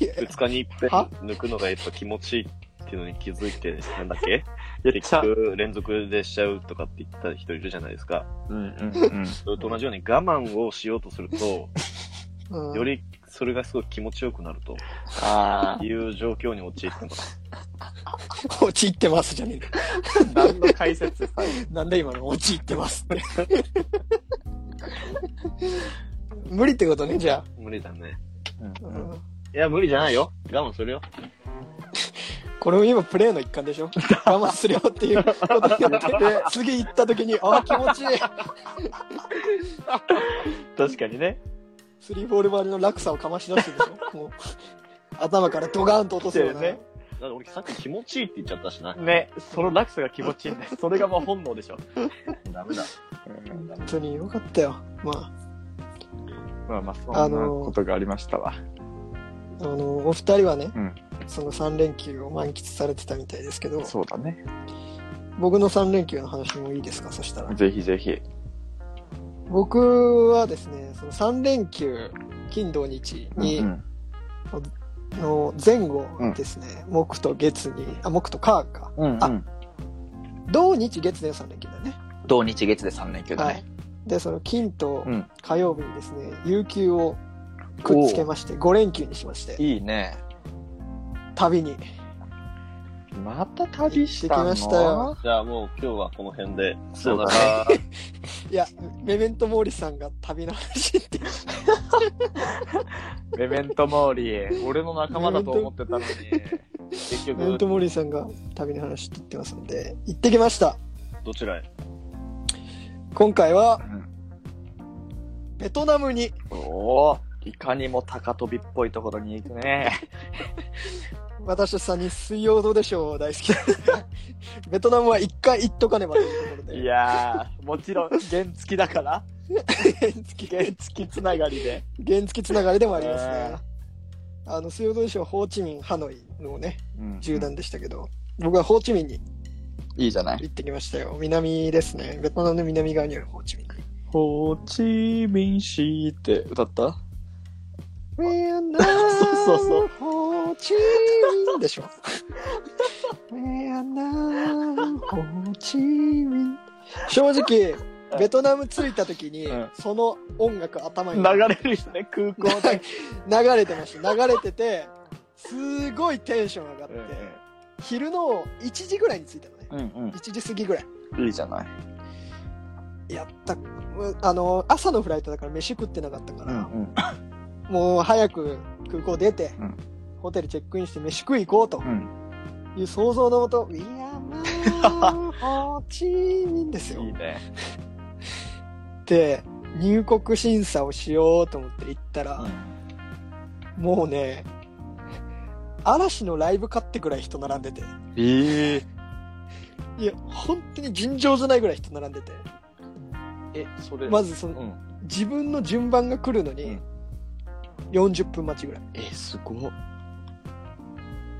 [SPEAKER 2] いや
[SPEAKER 3] 2日に一遍
[SPEAKER 2] は
[SPEAKER 3] 抜くのがやっぱ気持ちいいっていうのに気づいて、なんだっけ結局連続でしちゃうとかって言った人いるじゃないですか。
[SPEAKER 4] うんうんうん。
[SPEAKER 3] それと同じように我慢をしようとすると、
[SPEAKER 2] うん
[SPEAKER 3] よりそれがすごい気持ちよくなると
[SPEAKER 4] ああ。
[SPEAKER 3] いう状況に陥ってます。
[SPEAKER 2] 陥ってますじゃね
[SPEAKER 4] 何の解説さ
[SPEAKER 2] えなんで今の陥ってますって無理ってことねじゃ
[SPEAKER 3] 無理だね。
[SPEAKER 2] あ、
[SPEAKER 3] いや、無理じゃないよ。我慢するよ。
[SPEAKER 2] これも今プレイの一環でしょ我慢するよっていうことによって次行った時にあ気持ちいい
[SPEAKER 4] 確かにね。
[SPEAKER 2] スリーボール割りの落差をかまし出してるでしょも う頭からドガーンと落とすような、
[SPEAKER 4] そうよね
[SPEAKER 3] だって俺さっき気持ちいいって言っちゃったしな。
[SPEAKER 4] ね、その落差が気持ちいいんだよ。 それがもう本能でしょ。
[SPEAKER 3] ダメだ。
[SPEAKER 2] 本当によかったよまあ
[SPEAKER 4] まあまあ、そん
[SPEAKER 2] あ
[SPEAKER 4] な
[SPEAKER 2] のー
[SPEAKER 4] ことがありましたわ。
[SPEAKER 2] あのお二人はね、
[SPEAKER 4] うん
[SPEAKER 2] その3連休を満喫されてたみたいですけど
[SPEAKER 4] そうだね。
[SPEAKER 2] 僕の3連休の話もいいですかそしたら
[SPEAKER 4] ぜひぜひ。
[SPEAKER 2] 僕はですねその3連休金土日に、
[SPEAKER 4] うん
[SPEAKER 2] の前後ですね、木と月にあ木と火か
[SPEAKER 4] うん。うんう
[SPEAKER 2] あ
[SPEAKER 4] ん。
[SPEAKER 2] 土日月で3連休だね
[SPEAKER 4] 同日月で3連休
[SPEAKER 2] はい。でその金と
[SPEAKER 4] うん
[SPEAKER 2] 火曜日にですね、有給をくっつけまして5連休にしまして
[SPEAKER 4] いいね。
[SPEAKER 2] 旅に
[SPEAKER 4] また旅したの
[SPEAKER 2] 行ってきましたよ
[SPEAKER 3] じゃあもう今日はこの辺で。
[SPEAKER 4] そうだね
[SPEAKER 3] さよなら
[SPEAKER 2] いやメメントモーリさんが旅の話って
[SPEAKER 4] メメントモーリー。俺の仲間だと思ってたのに。結
[SPEAKER 2] メメン
[SPEAKER 4] 局、
[SPEAKER 2] トモーリさんが旅の話って言ってますんで行ってきました
[SPEAKER 3] どちらへ
[SPEAKER 2] 今回は
[SPEAKER 4] うん
[SPEAKER 2] ベトナムに
[SPEAKER 4] おおいかにも高飛びっぽいところに行くね。
[SPEAKER 2] 私たちさんに「水曜どうでしょう」大好き ベトナムは一回行っとかねばというところで
[SPEAKER 4] いやー、もちろん、原付きだから。
[SPEAKER 2] 原付
[SPEAKER 4] 原付きつながりで。
[SPEAKER 2] 原付つながりでもあります
[SPEAKER 4] え
[SPEAKER 2] ねあの水曜どうでしょうホーチミンハノイのね、
[SPEAKER 4] うん
[SPEAKER 2] 縦断でしたけど、僕はホーチミンに
[SPEAKER 4] いいじゃない。
[SPEAKER 2] 行ってきましたよ。南ですね。ベトナムの南側にあるホーチミン。
[SPEAKER 4] ホーチミンシーって歌った
[SPEAKER 2] We are now
[SPEAKER 4] そうそうそう
[SPEAKER 2] ホーチミンでしょ。We are now ホーチミン。正直、ベトナム着いた時に、
[SPEAKER 4] うん
[SPEAKER 2] その音楽頭に
[SPEAKER 4] 流れるよね、空港で。
[SPEAKER 2] 流れてました。流れてて、すごいテンション上がって、昼の1時ぐらいに着いたのね。
[SPEAKER 4] うんうん
[SPEAKER 2] 1時過ぎぐらい。
[SPEAKER 4] うん。いいじゃない。
[SPEAKER 2] やった。うあの、朝のフライトだから飯食ってなかったか
[SPEAKER 4] う
[SPEAKER 2] ら、
[SPEAKER 4] んうん。
[SPEAKER 2] もう早く空港出て、
[SPEAKER 4] うん
[SPEAKER 2] ホテルチェックインして飯食い行こうと
[SPEAKER 4] うん。
[SPEAKER 2] いう想像のもと、いや、まあ、ホーチミンですよ。
[SPEAKER 4] いいね。
[SPEAKER 2] で、入国審査をしようと思って行ったら、もうね、嵐のライブ買ってぐらい人並んでて、
[SPEAKER 4] ええ。
[SPEAKER 2] いや、本当に尋常じゃないぐらい人並んでて、
[SPEAKER 4] え、それ
[SPEAKER 2] まずその、
[SPEAKER 4] うん。
[SPEAKER 2] 自分の順番が来るの
[SPEAKER 4] う
[SPEAKER 2] に
[SPEAKER 4] ん、
[SPEAKER 2] 40分待ちぐらい。
[SPEAKER 4] え、すごっ。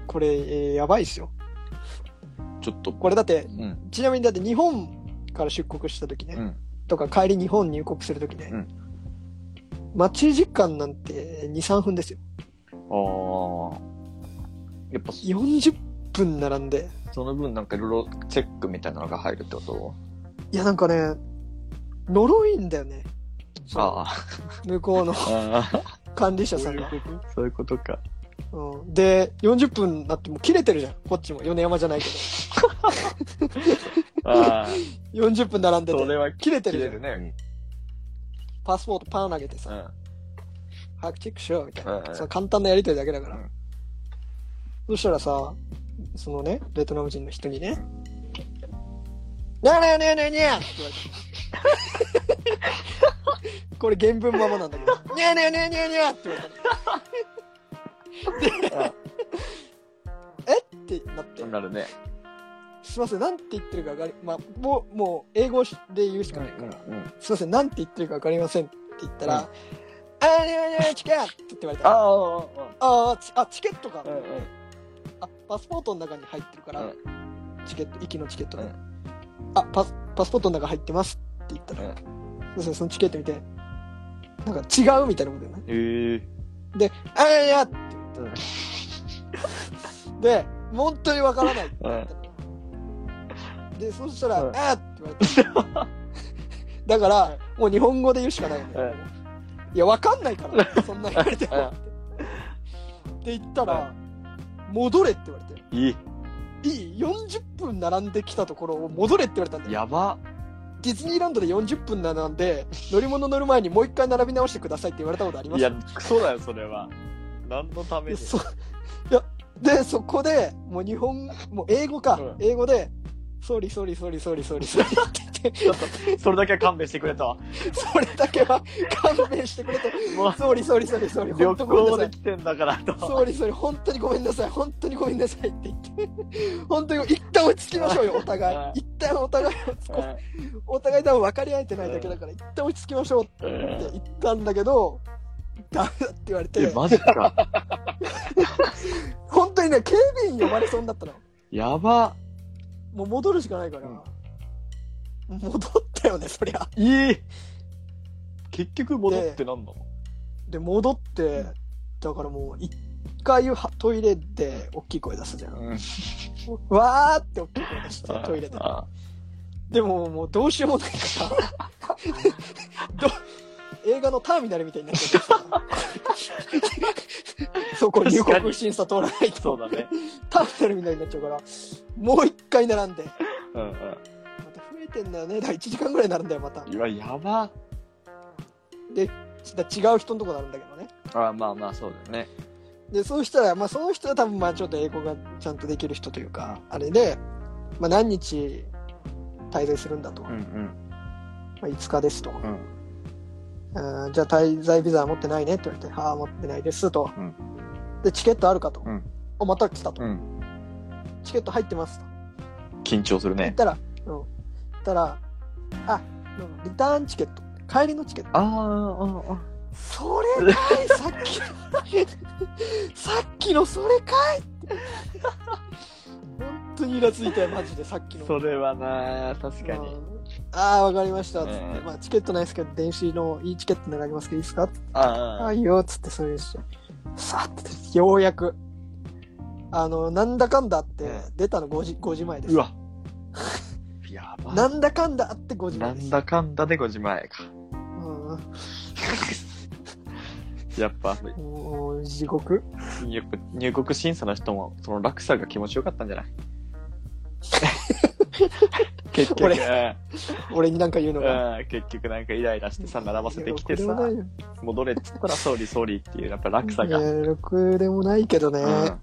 [SPEAKER 2] これ、えーやばいっすよ。
[SPEAKER 4] ちょっと、
[SPEAKER 2] これだって、
[SPEAKER 4] うん。
[SPEAKER 2] ちなみにだって日本から出国した時ね、
[SPEAKER 4] うん
[SPEAKER 2] とか帰り日本入国する時ね、
[SPEAKER 4] うん
[SPEAKER 2] 待ち時間なんて23分ですよ
[SPEAKER 4] ああ。やっぱ、
[SPEAKER 2] 40分並んで
[SPEAKER 4] その分なんかいろいろチェックみたいなのが入るってこと
[SPEAKER 2] いやなんかね呪いんだよね
[SPEAKER 4] あ
[SPEAKER 2] 向こう の
[SPEAKER 4] あ。
[SPEAKER 2] 管理者さんが、
[SPEAKER 4] そういうことか。
[SPEAKER 2] うん、で40分になってもう切れてるじゃんこっちも米山じゃないけ
[SPEAKER 4] ああ。
[SPEAKER 2] ど40分並んでて
[SPEAKER 4] それは
[SPEAKER 2] 切れてるじゃん
[SPEAKER 4] ね。
[SPEAKER 2] パスポートパン投げて
[SPEAKER 4] う
[SPEAKER 2] さ
[SPEAKER 4] ん。
[SPEAKER 2] 早くチェックしようみたい
[SPEAKER 4] うんう
[SPEAKER 2] なんその簡単なやり取りだけだから、
[SPEAKER 4] うん
[SPEAKER 2] そしたらさそのねベトナム人の人にね「なにゃにゃにゃにゃ」って言われたこれ原文ままなんだけど「にゃにゃにゃにゃにゃ」って言われたでえってなって
[SPEAKER 4] なるね。
[SPEAKER 2] 「すいませんなんて言ってるか分かりまあもうもう英語で言うしかないから、
[SPEAKER 4] ん。
[SPEAKER 2] すいません、なんて言ってるかわかりませんって言ったら、あー、にゃにゃ、チケットって言われた。あ
[SPEAKER 4] あ
[SPEAKER 2] あー、ちあ、チケットか
[SPEAKER 4] あ。う。んうん。
[SPEAKER 2] あ、パスポートの中に入ってるから
[SPEAKER 4] うん、
[SPEAKER 2] チケット、息のチケット
[SPEAKER 4] う
[SPEAKER 2] ね。あ、パス、パスポートの中入ってますって言った
[SPEAKER 4] うん
[SPEAKER 2] ら、すいません、そのチケット見て、なんか違うみたいなことだよね。
[SPEAKER 4] ええ。
[SPEAKER 2] で、あー、にゃにゃって言って、で、本当にわからないって言ったので、そしたら、
[SPEAKER 4] う
[SPEAKER 2] あ
[SPEAKER 4] ん
[SPEAKER 2] ーって言われた。だから、もう日本語で言うしかないよね。いや、わかんないから、そんな言われても。
[SPEAKER 4] うん
[SPEAKER 2] って言ったら、戻れって言われて、
[SPEAKER 4] いい。
[SPEAKER 2] いい ?40 分並んできたところを戻れって言われたんだよ。
[SPEAKER 4] やば。
[SPEAKER 2] ディズニーランドで40分並んで、乗り物乗る前にもう一回並び直してくださいって言われたことありま
[SPEAKER 4] い
[SPEAKER 2] す
[SPEAKER 4] や、クソだよ、それは。何のため
[SPEAKER 2] いや
[SPEAKER 4] に。
[SPEAKER 2] そいやで、そこで、もう日本、もう英語か、
[SPEAKER 4] うん
[SPEAKER 2] 英語で、ソーリーソーリーソーリーソーリーソーリーソーリーって言って、
[SPEAKER 4] ちょっとそれだけは勘弁してくれと。
[SPEAKER 2] それだけは勘弁してくれて、
[SPEAKER 4] もう
[SPEAKER 2] ソーリーソーリーソーリーソーリー、
[SPEAKER 4] 旅
[SPEAKER 2] 本当ごめんな
[SPEAKER 4] 行
[SPEAKER 2] さい
[SPEAKER 4] で来てんだからと。
[SPEAKER 2] 総理総理、本当にごめんなさい、本当にごめんなさいって言って、本当に一旦落ち着きましょうよ、お互い
[SPEAKER 4] はい。
[SPEAKER 2] 一旦お互い落ち着こう、お互い多分分かり合えてないだけだから、一旦落ち着きましょうって
[SPEAKER 4] え
[SPEAKER 2] 言ったんだけど、ダメだって言われて、
[SPEAKER 4] マジか。
[SPEAKER 2] 本当にね、警備員呼ばれそうになったの。
[SPEAKER 4] やば。
[SPEAKER 2] もう戻るしかないから、戻ったよね、そりゃ。
[SPEAKER 4] いい。結局戻ってなんなの
[SPEAKER 2] で、戻って、だからもう、一回はトイレで大きい声出すじゃん。
[SPEAKER 4] うん。
[SPEAKER 2] わーって大きい声出して、トイレで。
[SPEAKER 4] あ
[SPEAKER 2] でももうどうしようもないから。ど映画のターミナルみたいになってるからそこ入
[SPEAKER 4] 確か
[SPEAKER 2] 国
[SPEAKER 4] に
[SPEAKER 2] 審査通らないと。
[SPEAKER 4] そうだね。
[SPEAKER 2] ターミナルみたいになっちゃうから、もう一回並んで。ま
[SPEAKER 4] うんうん。
[SPEAKER 2] た増えてんだよね。だから1時間ぐらい並んだよ、また。
[SPEAKER 4] いや、や
[SPEAKER 2] だ
[SPEAKER 4] ば。
[SPEAKER 2] から違う人のとこ並んだけどね。
[SPEAKER 4] あまあまあ、そうだよね。
[SPEAKER 2] で、そうしたら、まあその人は多分まあちょっと英語がちゃんとできる人というか、あれで、まあ何日滞在するんだと。
[SPEAKER 4] うんうん。
[SPEAKER 2] まあ、5日ですと、
[SPEAKER 4] ん
[SPEAKER 2] あーじゃあ滞在ビザ持ってないねって言われて、はあ、持ってないですと、
[SPEAKER 4] うん
[SPEAKER 2] で、チケットあるかと、
[SPEAKER 4] うん
[SPEAKER 2] おまた来たと、
[SPEAKER 4] うん。
[SPEAKER 2] チケット入ってますと、
[SPEAKER 4] 緊張する
[SPEAKER 2] 言っ
[SPEAKER 4] ね。
[SPEAKER 2] たら、うん、言ったら、あうんリターンチケット、帰りのチケット、
[SPEAKER 4] ああ、ああ。
[SPEAKER 2] それかい、さっきの、さっきのそれかいって本当にイラついたよ、マジで、さっきの。
[SPEAKER 4] それはな、確か
[SPEAKER 2] う
[SPEAKER 4] に。
[SPEAKER 2] んああ、わかりました。つって、
[SPEAKER 4] うん
[SPEAKER 2] まあ、チケットないですけど、電子のいいチケットならありますけど、いいですか
[SPEAKER 4] あ
[SPEAKER 2] あ
[SPEAKER 4] あ
[SPEAKER 2] あ、いいよ、つって、それでして。さあって、ようやく。あの、なんだかんだあって
[SPEAKER 4] う、
[SPEAKER 2] 出たの5時 ,5 時前です。
[SPEAKER 4] うわ。やばい。
[SPEAKER 2] なんだかんだあって5時
[SPEAKER 4] な
[SPEAKER 2] 前です。
[SPEAKER 4] んだかんだで5時前
[SPEAKER 2] う
[SPEAKER 4] か。
[SPEAKER 2] ん
[SPEAKER 4] やっぱ、
[SPEAKER 2] もう、地獄。
[SPEAKER 4] 入国入国審査の人も、その落差が気持ちよかったんじ ゃない結局、
[SPEAKER 2] 俺
[SPEAKER 4] う
[SPEAKER 2] 俺になんか言うのが。
[SPEAKER 4] ん、結局なんかイライラしてさ、並ばせてきて
[SPEAKER 2] いや
[SPEAKER 4] さ
[SPEAKER 2] ろくでもな、いよ
[SPEAKER 4] 戻れっつったら、総理総理っていう、やっぱ落差
[SPEAKER 2] い
[SPEAKER 4] が。
[SPEAKER 2] や、ろくでもないけどね。
[SPEAKER 4] うん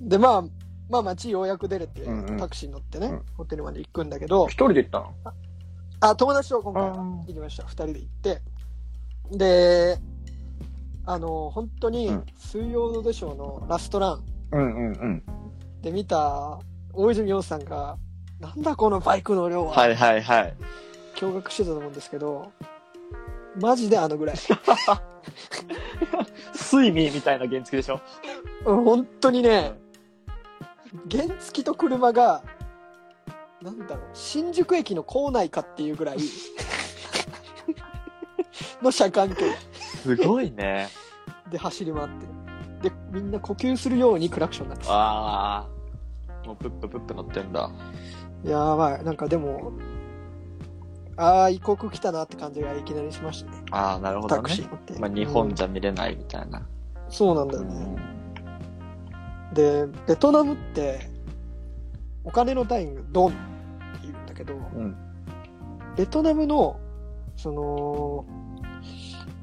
[SPEAKER 2] で、まあ、まあ、街ようやく出れて、
[SPEAKER 4] うんうん
[SPEAKER 2] タクシーに乗ってね、
[SPEAKER 4] うん
[SPEAKER 2] ホテルまで行くんだけど
[SPEAKER 4] 一、人で行ったの
[SPEAKER 2] あ、友達と今回は
[SPEAKER 4] うん
[SPEAKER 2] 行きました。二人で行って。で、あの、本当に
[SPEAKER 4] うん、
[SPEAKER 2] 水曜どうでしょうのラストラン
[SPEAKER 4] うんうんうん。
[SPEAKER 2] で見た、大泉洋さんが、なんだこのバイクの量は、
[SPEAKER 4] はいはいはい。
[SPEAKER 2] 驚愕してたと思うんですけど、マジであのぐらい。
[SPEAKER 4] 睡眠みたいな原付でしょ
[SPEAKER 2] うん本当にね、原付と車が、なんだろう、新宿駅の構内かっていうぐら いの車間距離
[SPEAKER 4] すごいね。
[SPEAKER 2] で走り回って。で、みんな呼吸するようにクラクション鳴ってた。
[SPEAKER 4] ああ。もうプッププップ乗ってんだ。
[SPEAKER 2] やばい、なんかでも、ああ、異国来たなって感じがいきなりしましたね。
[SPEAKER 4] ああ、なるほ
[SPEAKER 2] タ
[SPEAKER 4] ど
[SPEAKER 2] クシー
[SPEAKER 4] ね。
[SPEAKER 2] 乗って。
[SPEAKER 4] まあ、日本
[SPEAKER 2] じ
[SPEAKER 4] じゃ見れないみたいな。
[SPEAKER 2] ゃ、そうなんだよね。で、ベトナムって、お金の単位がドンって言うんだけど、
[SPEAKER 4] ん
[SPEAKER 2] ベトナムの、その、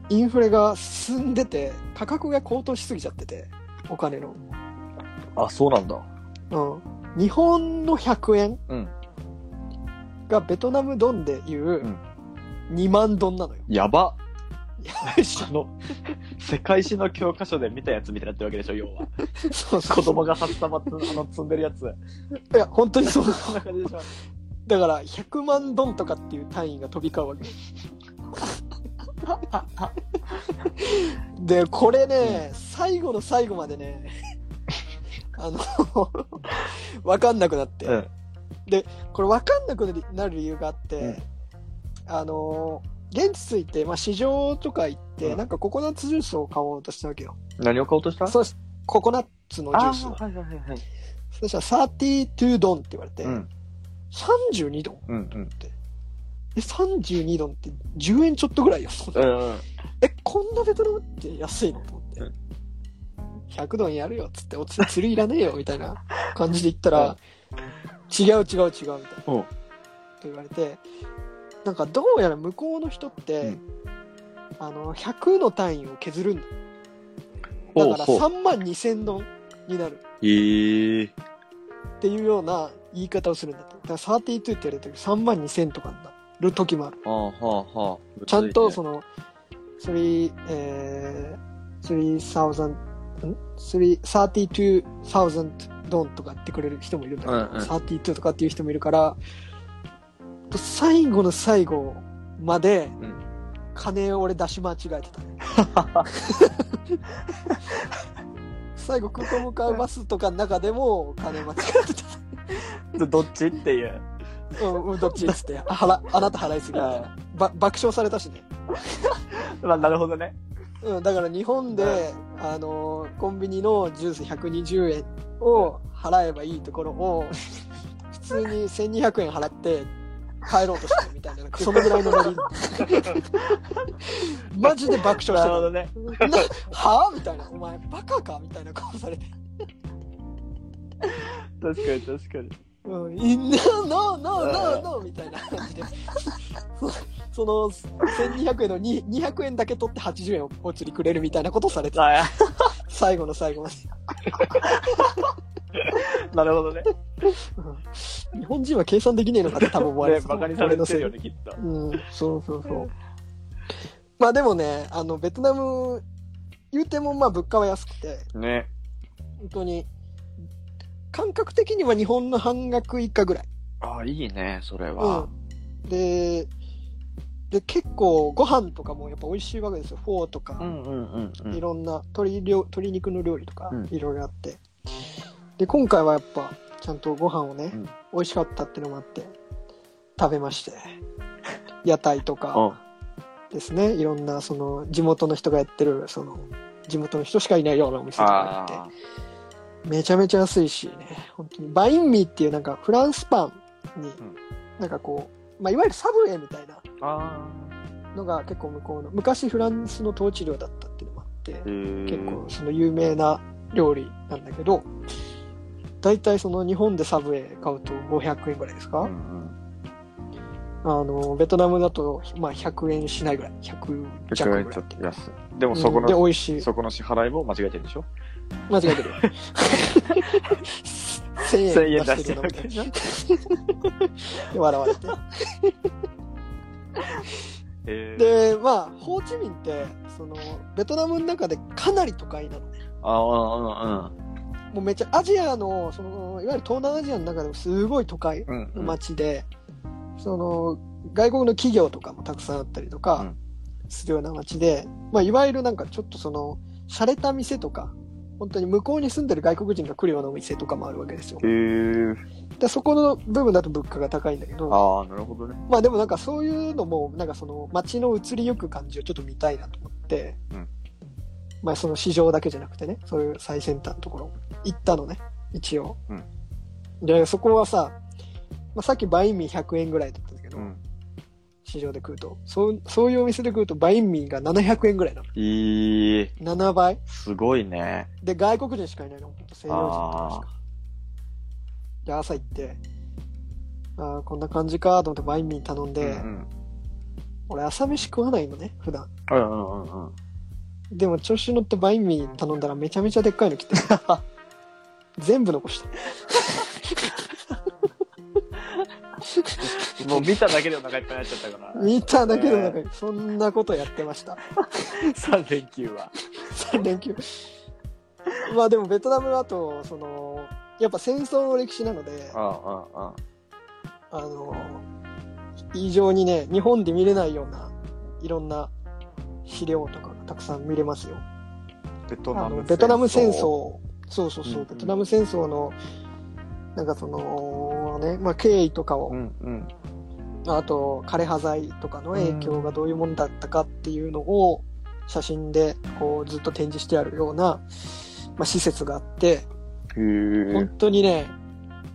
[SPEAKER 2] インフレが進んでて、価格が高騰しすぎちゃってて、お金の。
[SPEAKER 4] あ、そうなんだ。
[SPEAKER 2] うん。日本の100円
[SPEAKER 4] うん
[SPEAKER 2] がベトナムドンでいうん2万ドンなのよ。
[SPEAKER 4] やば。
[SPEAKER 2] やばいし
[SPEAKER 4] あの、世界史の教科書で見たやつみたいになってるわけでしょ、要は。
[SPEAKER 2] そうそう
[SPEAKER 4] 子供が札束つあの積んでるやつ。
[SPEAKER 2] いや、本当にそう。
[SPEAKER 4] そんな感じでしょ。
[SPEAKER 2] だから、100万ドンとかっていう単位が飛び交うわけ。で、これね、最後の最後までね、あの、わかんなくなって、
[SPEAKER 4] うん。
[SPEAKER 2] これわかんなくなる理由があって、
[SPEAKER 4] うん
[SPEAKER 2] あの、現地着いて、まあ、市場とか行って、
[SPEAKER 4] うん
[SPEAKER 2] なんかココナッツジュースを買おうとしたわけよ。
[SPEAKER 4] 何を買おうとした
[SPEAKER 2] そうです。ココナッツのジュースを。
[SPEAKER 4] はいはいはい。
[SPEAKER 2] そしたら32ドンって言われて、
[SPEAKER 4] うん。
[SPEAKER 2] 32ドン
[SPEAKER 4] うん
[SPEAKER 2] え、32ドンって10円ちょっとぐらいよ。そんな
[SPEAKER 4] うん。うん。
[SPEAKER 2] え、こんなベトナムって安いのと思って
[SPEAKER 4] うん。
[SPEAKER 2] 100ドンやるよっつって、おつ釣りいらねえよみたいな感じで言ったら、違う違う違うみたいな。と
[SPEAKER 4] おう
[SPEAKER 2] 言われて、なんかどうやら向こうの人って、
[SPEAKER 4] うん
[SPEAKER 2] あの、100の単位を削るんだ。
[SPEAKER 4] ほ
[SPEAKER 2] だ
[SPEAKER 4] う
[SPEAKER 2] から
[SPEAKER 4] ほう。
[SPEAKER 2] 3万2000ドンになる
[SPEAKER 4] えー。
[SPEAKER 2] っていうような言い方をするんだって。だから32って言われた時3万2000とかになる時もある。
[SPEAKER 4] ああ、はあ、はあ。
[SPEAKER 2] ちゃんと
[SPEAKER 4] そ
[SPEAKER 2] その、3、えー、3000、ん ?3、32,000ドンとかってくれる人もいるんだけど、
[SPEAKER 4] うんうん
[SPEAKER 2] 32とかっていう人もいるから、最後の最後まで、
[SPEAKER 4] ん
[SPEAKER 2] 金を俺出し間違えてた ね。最後空港向かうバスとかの中でも金間違えて
[SPEAKER 4] の、どっちっていう。
[SPEAKER 2] た。うん、 うんどっちっつって、あ払あなた払いすぎみたいな。ば爆笑されたしね。
[SPEAKER 4] まあ、なるほどね。
[SPEAKER 2] うん、だから日本で、あのーコンビニのジュース120円を払えばいいところを、 普通に1200円払って帰ろうとしてるみたいな、なんかそのぐらいのノ リ。マジで爆笑
[SPEAKER 4] な
[SPEAKER 2] し
[SPEAKER 4] るほどね。
[SPEAKER 2] てた。な はぁみたいな、お前バカかみたいな顔されて。
[SPEAKER 4] 確かに確かに。
[SPEAKER 2] うん、いな、ノーノーノーノーみたいな感じで。 その1200円のに200円だけ取って80円をお釣りくれるみたいなことされてた、
[SPEAKER 4] あ
[SPEAKER 2] 最後の最後まで。
[SPEAKER 4] あ、なるほどね。
[SPEAKER 2] 日本人は計算できねえのかって多分思われ
[SPEAKER 4] ね、
[SPEAKER 2] てた
[SPEAKER 4] バカにされてるよ
[SPEAKER 2] 俺の
[SPEAKER 4] ね、きっと。
[SPEAKER 2] せいうん、そうそうそう。まあでもね、あの、ベトナム、言うてもまあ物価は安くて、
[SPEAKER 4] ね。
[SPEAKER 2] 本当に、感覚的には日本の半額以下ぐらい。
[SPEAKER 4] ああ、いいね、それは。
[SPEAKER 2] うん。で、で、結構ご飯とかもやっぱ美味しいわけですよ。フォーとか、
[SPEAKER 4] んうんうんう
[SPEAKER 2] いろんな鶏料、鶏肉の料理とか
[SPEAKER 4] うん、
[SPEAKER 2] いろいろあって。で今回はやっぱちゃんとご飯をね、
[SPEAKER 3] うん
[SPEAKER 2] 美味しかったってのもあって食べまして 屋台とか
[SPEAKER 3] あ
[SPEAKER 2] ですねいろんなその地元の人がやってるその地元の人しかいないようなお店とかやっ
[SPEAKER 4] あ
[SPEAKER 2] てめちゃめちゃ安いしね本当にバインミーっていうなんかフランスパンに、
[SPEAKER 3] ん
[SPEAKER 2] なんかこう、まあ、いわゆるサブウェイみたいな
[SPEAKER 4] ーあ
[SPEAKER 2] のが結構向こうの昔フランスの統治領だったっていうのもあって、
[SPEAKER 4] ー。へ
[SPEAKER 2] 結
[SPEAKER 4] ー
[SPEAKER 2] 構その有名な料理なんだけど大体その日本でサブウェイ買うと500円ぐらいですか、
[SPEAKER 4] うん
[SPEAKER 2] あのベトナムだと、まあ、100円しないぐらい100
[SPEAKER 4] うん。ちょ
[SPEAKER 2] 弱ぐらい
[SPEAKER 4] っと安い。でもそこ
[SPEAKER 2] うんで美
[SPEAKER 4] の、
[SPEAKER 2] 味しい
[SPEAKER 4] そこの支払いも間違えてるでしょ
[SPEAKER 2] 間違えて る1000
[SPEAKER 4] ?1000
[SPEAKER 2] 円
[SPEAKER 4] 円
[SPEAKER 2] 出
[SPEAKER 4] 出
[SPEAKER 2] し
[SPEAKER 4] して
[SPEAKER 2] る
[SPEAKER 4] てる
[SPEAKER 2] の
[SPEAKER 4] わ
[SPEAKER 2] みた
[SPEAKER 4] け
[SPEAKER 2] い
[SPEAKER 4] で
[SPEAKER 2] な
[SPEAKER 4] しょ
[SPEAKER 2] で 笑われて
[SPEAKER 4] へー
[SPEAKER 2] でまあホーチミンってそのベトナムの中でかなり都会なのね
[SPEAKER 4] ああ、
[SPEAKER 2] もうめっちゃアジアのそのいわゆる東南アジアの中でもすごい都会
[SPEAKER 4] うんうん。うん。
[SPEAKER 2] 街で、その外国の企業とかもたくさんあったりと
[SPEAKER 4] う
[SPEAKER 2] か
[SPEAKER 4] ん
[SPEAKER 2] するような街で、まあ、いわゆるなんかちょっとその洒落た店とか本当に向こうに住んでる外国人が来るようなお店とかもあるわけですよ
[SPEAKER 4] へー
[SPEAKER 2] でそこの部分だと物価が高いんだけど
[SPEAKER 4] ああ、なるほどね。
[SPEAKER 2] まあでもなんかそういうのもなんかその街の移りゆく感じをちょっと見たいなと思って、
[SPEAKER 4] うん
[SPEAKER 2] まあその市場だけじゃなくてねそういう最先端のところ行ったのね一応、
[SPEAKER 4] うん
[SPEAKER 2] でそこはさ、まあ、さっきバインミー100円ぐらいだったんだけど、
[SPEAKER 4] うん。
[SPEAKER 2] 市場で食うとそうそういうお店で食うとバインミーが700円ぐらいなの
[SPEAKER 4] いい。
[SPEAKER 2] 7倍
[SPEAKER 4] すごいね。
[SPEAKER 2] で外国人しかいないのほんと西洋人とかしかで朝行ってああこんな感じかと思ってバインミー頼んで、
[SPEAKER 4] うん
[SPEAKER 2] 俺朝飯食わないのね普段
[SPEAKER 4] うんうんうんうん。
[SPEAKER 2] でも調子乗ってバインミー頼んだらめちゃめちゃでっかいの来 て全部残した
[SPEAKER 4] もう見ただけでお腹いっぱいになっちゃったから。
[SPEAKER 2] 見ただけの中にそんなことやってました
[SPEAKER 4] 3連休は。
[SPEAKER 2] 3連休まあでもベトナムはあとそのやっぱ戦争の歴史なので
[SPEAKER 4] ああ、ああ。
[SPEAKER 2] あの異常にね日本で見れないようないろんな資料とかがたくさん見れますよ
[SPEAKER 4] ベト
[SPEAKER 2] あ
[SPEAKER 4] ナ
[SPEAKER 2] の
[SPEAKER 4] ム
[SPEAKER 2] ベトナム戦争。そうそうそう、
[SPEAKER 4] うんうん
[SPEAKER 2] ベトナム戦争のなんかそのね、まあ、経緯とかを、
[SPEAKER 4] うんうん。
[SPEAKER 2] あと枯葉剤とかの影響がどういうものだったかっていうのを写真でこうずっと展示してあるような、まあ、施設があって
[SPEAKER 4] へえ。
[SPEAKER 2] 本当にね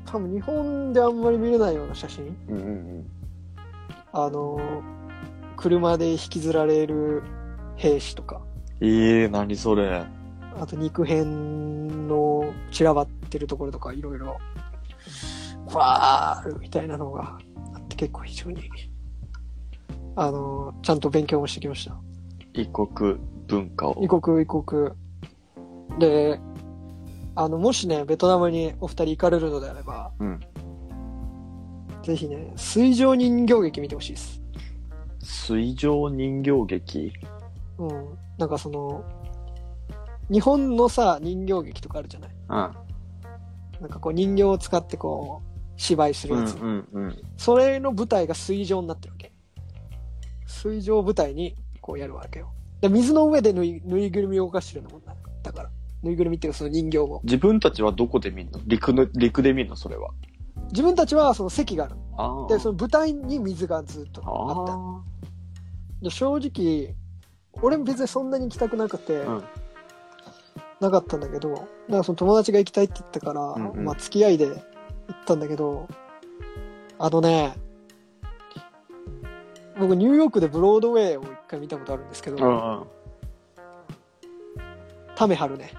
[SPEAKER 2] 多分日本であんまり見れないような写真
[SPEAKER 4] うんうん
[SPEAKER 2] あの車で引きずられる兵士とか
[SPEAKER 4] うん。ええ、何それ。
[SPEAKER 2] あと肉片の散らばってるところとかいろいろわーあるみたいなのがあって結構非常にあのちゃんと勉強もしてきました
[SPEAKER 4] 異国文化を
[SPEAKER 2] 異。国異国であのもしねベトナムにお二人行かれるのであれば、
[SPEAKER 4] うん
[SPEAKER 2] ぜひね水上人形劇見てほしいです
[SPEAKER 4] 水上人形劇。
[SPEAKER 2] うんなんかその日本のさ人形劇とかあるじゃない
[SPEAKER 4] うん。
[SPEAKER 2] なんかこう人形を使ってこう芝居する
[SPEAKER 4] う
[SPEAKER 2] や
[SPEAKER 4] ん
[SPEAKER 2] つ、
[SPEAKER 4] うんうん。
[SPEAKER 2] それの舞台が水上になってるわけ水上舞台にこうやるわけよで水の上でぬいぬいぐるみを動かしてるのもんだだからぬいぐるみっていうかその人形を
[SPEAKER 4] 自分たちはどこで見るの陸の、陸で見るのそれは。
[SPEAKER 2] 自分たちはその席がある
[SPEAKER 4] ああ。
[SPEAKER 2] でその舞台に水がずっとあった
[SPEAKER 4] あ
[SPEAKER 2] で正直俺も別にそんなに行きたくなくて、
[SPEAKER 4] うん
[SPEAKER 2] なかったんだけどなんかその友達が行きたいって言ったから、
[SPEAKER 4] んうん
[SPEAKER 2] まあ、付き合いで行ったんだけどあのね僕ニューヨークでブロードウェイを一回見たことあるんですけど、
[SPEAKER 4] あ。 うんうん。
[SPEAKER 2] タメハルね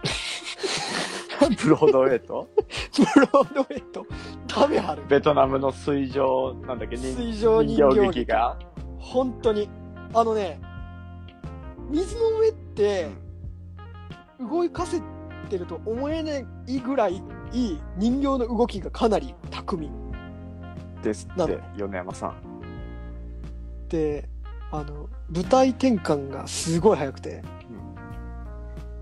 [SPEAKER 4] ブロードウェイと
[SPEAKER 2] ブロードウェイとタメハル
[SPEAKER 4] ベトナムの水上、なんだっけ、人
[SPEAKER 2] 水上人
[SPEAKER 4] 人
[SPEAKER 2] 形
[SPEAKER 4] 形
[SPEAKER 2] 劇
[SPEAKER 4] 劇が。
[SPEAKER 2] 本当にあのね水の上って動かせてると思えないぐらいいい人形の動きがかなり巧み
[SPEAKER 4] です
[SPEAKER 2] な
[SPEAKER 4] っ
[SPEAKER 2] の
[SPEAKER 4] て、米山さん。
[SPEAKER 2] であの舞台転換がすごい速くて、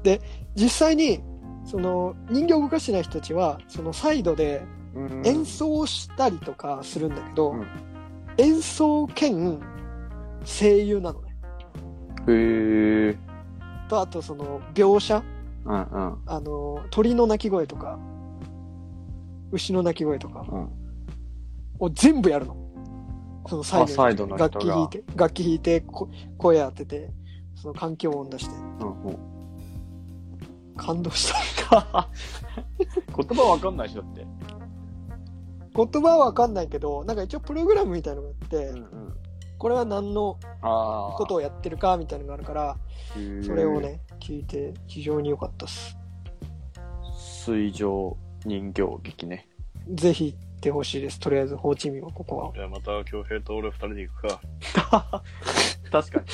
[SPEAKER 2] で実際にその人形を動かしてない人たちはそのサイドで
[SPEAKER 4] うん
[SPEAKER 2] 演奏したりとかするんだけど、
[SPEAKER 4] うん
[SPEAKER 2] 演奏兼声優なのね
[SPEAKER 4] へえ。
[SPEAKER 2] とあとその描写
[SPEAKER 4] うんうん。
[SPEAKER 2] あの鳥の鳴き声とか牛の鳴き声とか
[SPEAKER 3] うん。
[SPEAKER 2] を全部やるの。そのサイドに
[SPEAKER 3] あサイドの
[SPEAKER 2] 楽
[SPEAKER 3] 人が
[SPEAKER 2] 器弾いて、楽器弾いて、こ声当てて、その環境音出して、
[SPEAKER 3] うんも
[SPEAKER 2] 感動した。
[SPEAKER 4] 言葉わかんないしだって。
[SPEAKER 2] 言葉はわかんないけど、なんか一応プログラムみたいなのがあって、
[SPEAKER 3] う。うん。
[SPEAKER 2] これは何の
[SPEAKER 4] ああ。
[SPEAKER 2] ことをやってるかみたいなのがあるから、それを。ね、聞いて非常に良かったっす。
[SPEAKER 4] 水上人形劇 ね。
[SPEAKER 2] ぜひ行ってほしいです。とりあえず、ホーチミンはここは。
[SPEAKER 3] じゃあまた、京平と俺二人で行くか。
[SPEAKER 4] 確かに。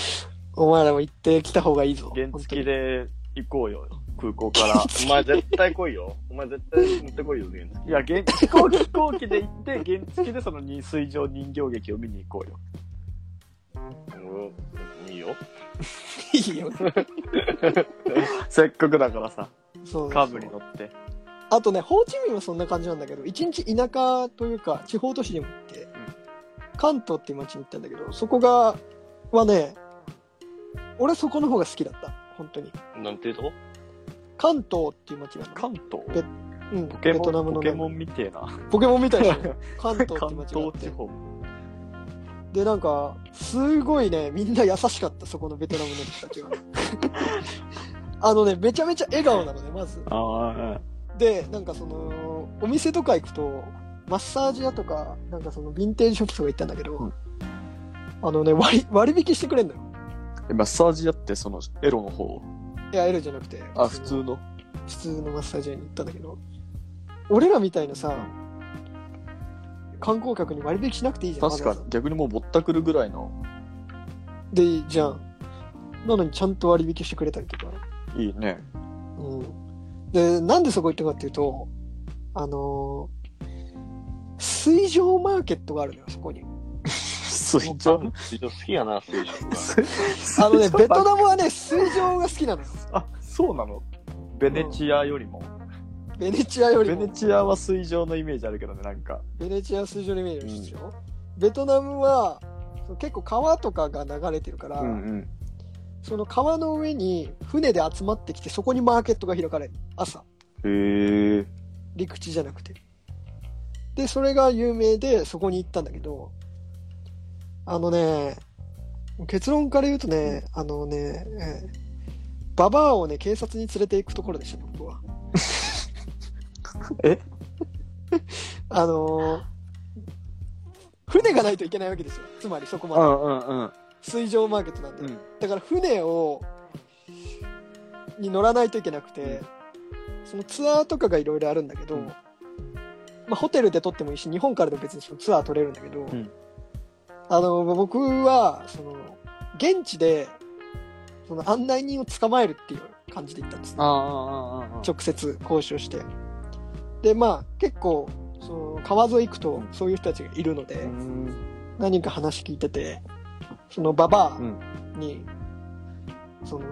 [SPEAKER 2] お前らも行ってきた方がいいぞ。
[SPEAKER 4] 原付で行こうよ。空港から。
[SPEAKER 3] お前絶対来いよ。お前絶対持ってこいよ、現
[SPEAKER 4] いや、原飛行機飛行機で行って、原付でそのに水上人形劇を見に行こうよ。
[SPEAKER 3] うん。いいよ。
[SPEAKER 2] 本当にいい よ。
[SPEAKER 4] せっかくだからさ、
[SPEAKER 2] そう
[SPEAKER 4] カーブに乗って。
[SPEAKER 2] あとね、ホーチミンはそんな感じなんだけど、一日田舎というか、地方都市にも行って、関東っていう街に行ったんだけど、そこが、はね、俺そこの方が好きだった。本当に。
[SPEAKER 3] なんていうとこ
[SPEAKER 2] 関東っていう街なの。
[SPEAKER 4] 関
[SPEAKER 2] ベ
[SPEAKER 4] 東
[SPEAKER 2] うん、
[SPEAKER 4] ポケ
[SPEAKER 2] ベトナム
[SPEAKER 4] モン、
[SPEAKER 2] の
[SPEAKER 4] ポ
[SPEAKER 2] ね
[SPEAKER 4] ケモンみてえな。
[SPEAKER 2] ポケモンみたい でしょ。関東っていう
[SPEAKER 4] 関
[SPEAKER 2] 街があっ
[SPEAKER 4] 東地
[SPEAKER 2] て。
[SPEAKER 4] 方。
[SPEAKER 2] で、なんか、すごいね、みんな優しかった、そこのベトナムの人た ちは。あのね、めちゃめちゃ笑顔なのね、まず。
[SPEAKER 4] あ
[SPEAKER 2] でなんかそのお店とか行くとマッサージ屋とかなんかそのヴィンテージショップとか行ったんだけど、
[SPEAKER 4] うん
[SPEAKER 2] あのね割割引してくれんのよ
[SPEAKER 4] あ。マッサージやって、そのエロの方。
[SPEAKER 2] いやエロじゃなくてその
[SPEAKER 4] の。
[SPEAKER 2] 普通のマッサージ屋に行ったんだけど俺らみたいなさ観光客に割引しなくていいじゃんわざわざ
[SPEAKER 4] 逆にもうぼったくるぐらいの。
[SPEAKER 2] でいいじゃんなのにちゃんと割引してくれたりとか
[SPEAKER 4] いいね。
[SPEAKER 2] うんでなんでそこ行ったかっていうとあのー水上マーケットがあるのよそこに
[SPEAKER 4] 水
[SPEAKER 3] 上。水上好きやな、水上が。
[SPEAKER 2] あのね、ベトナムはね、水上が好きなのよ。
[SPEAKER 4] あ、そうなのベネチアよりも。
[SPEAKER 2] ベネチアより
[SPEAKER 4] ベ
[SPEAKER 2] も。
[SPEAKER 4] ネチアは水上のイメージあるけどね、なんか。
[SPEAKER 2] ベネチアは水上のイメージですよ。ベトナムはその結構川とかが流れてるから、
[SPEAKER 4] うん。
[SPEAKER 2] その川の上に船で集まってきて、そこにマーケットが開かれる。朝。
[SPEAKER 4] へえ。
[SPEAKER 2] 陸地じゃなくて。で、それが有名で、そこに行ったんだけど、あのね、結論から言うとね、あのね、えーババアをね、警察に連れて行くところでしたね、僕は。
[SPEAKER 4] え
[SPEAKER 2] あのー船がないといけないわけですよ。つまりそこまで。
[SPEAKER 4] んうんうん。
[SPEAKER 2] 水上マーケットなんで。
[SPEAKER 4] うん
[SPEAKER 2] だから船を、に乗らないといけなくて、そのツアーとかがいろいろあるんだけど、
[SPEAKER 4] うん
[SPEAKER 2] まあホテルで撮ってもいいし、日本からでも別にそのツアー撮れるんだけど、
[SPEAKER 4] ん
[SPEAKER 2] あの、僕は、その、現地で、その案内人を捕まえるっていう感じで行ったんですね
[SPEAKER 4] ああ、ああ、ああ。
[SPEAKER 2] 直接交渉してでまあ結構その川沿い行くとそういう人たちがいるので、何人か話聞いててそのババアに、その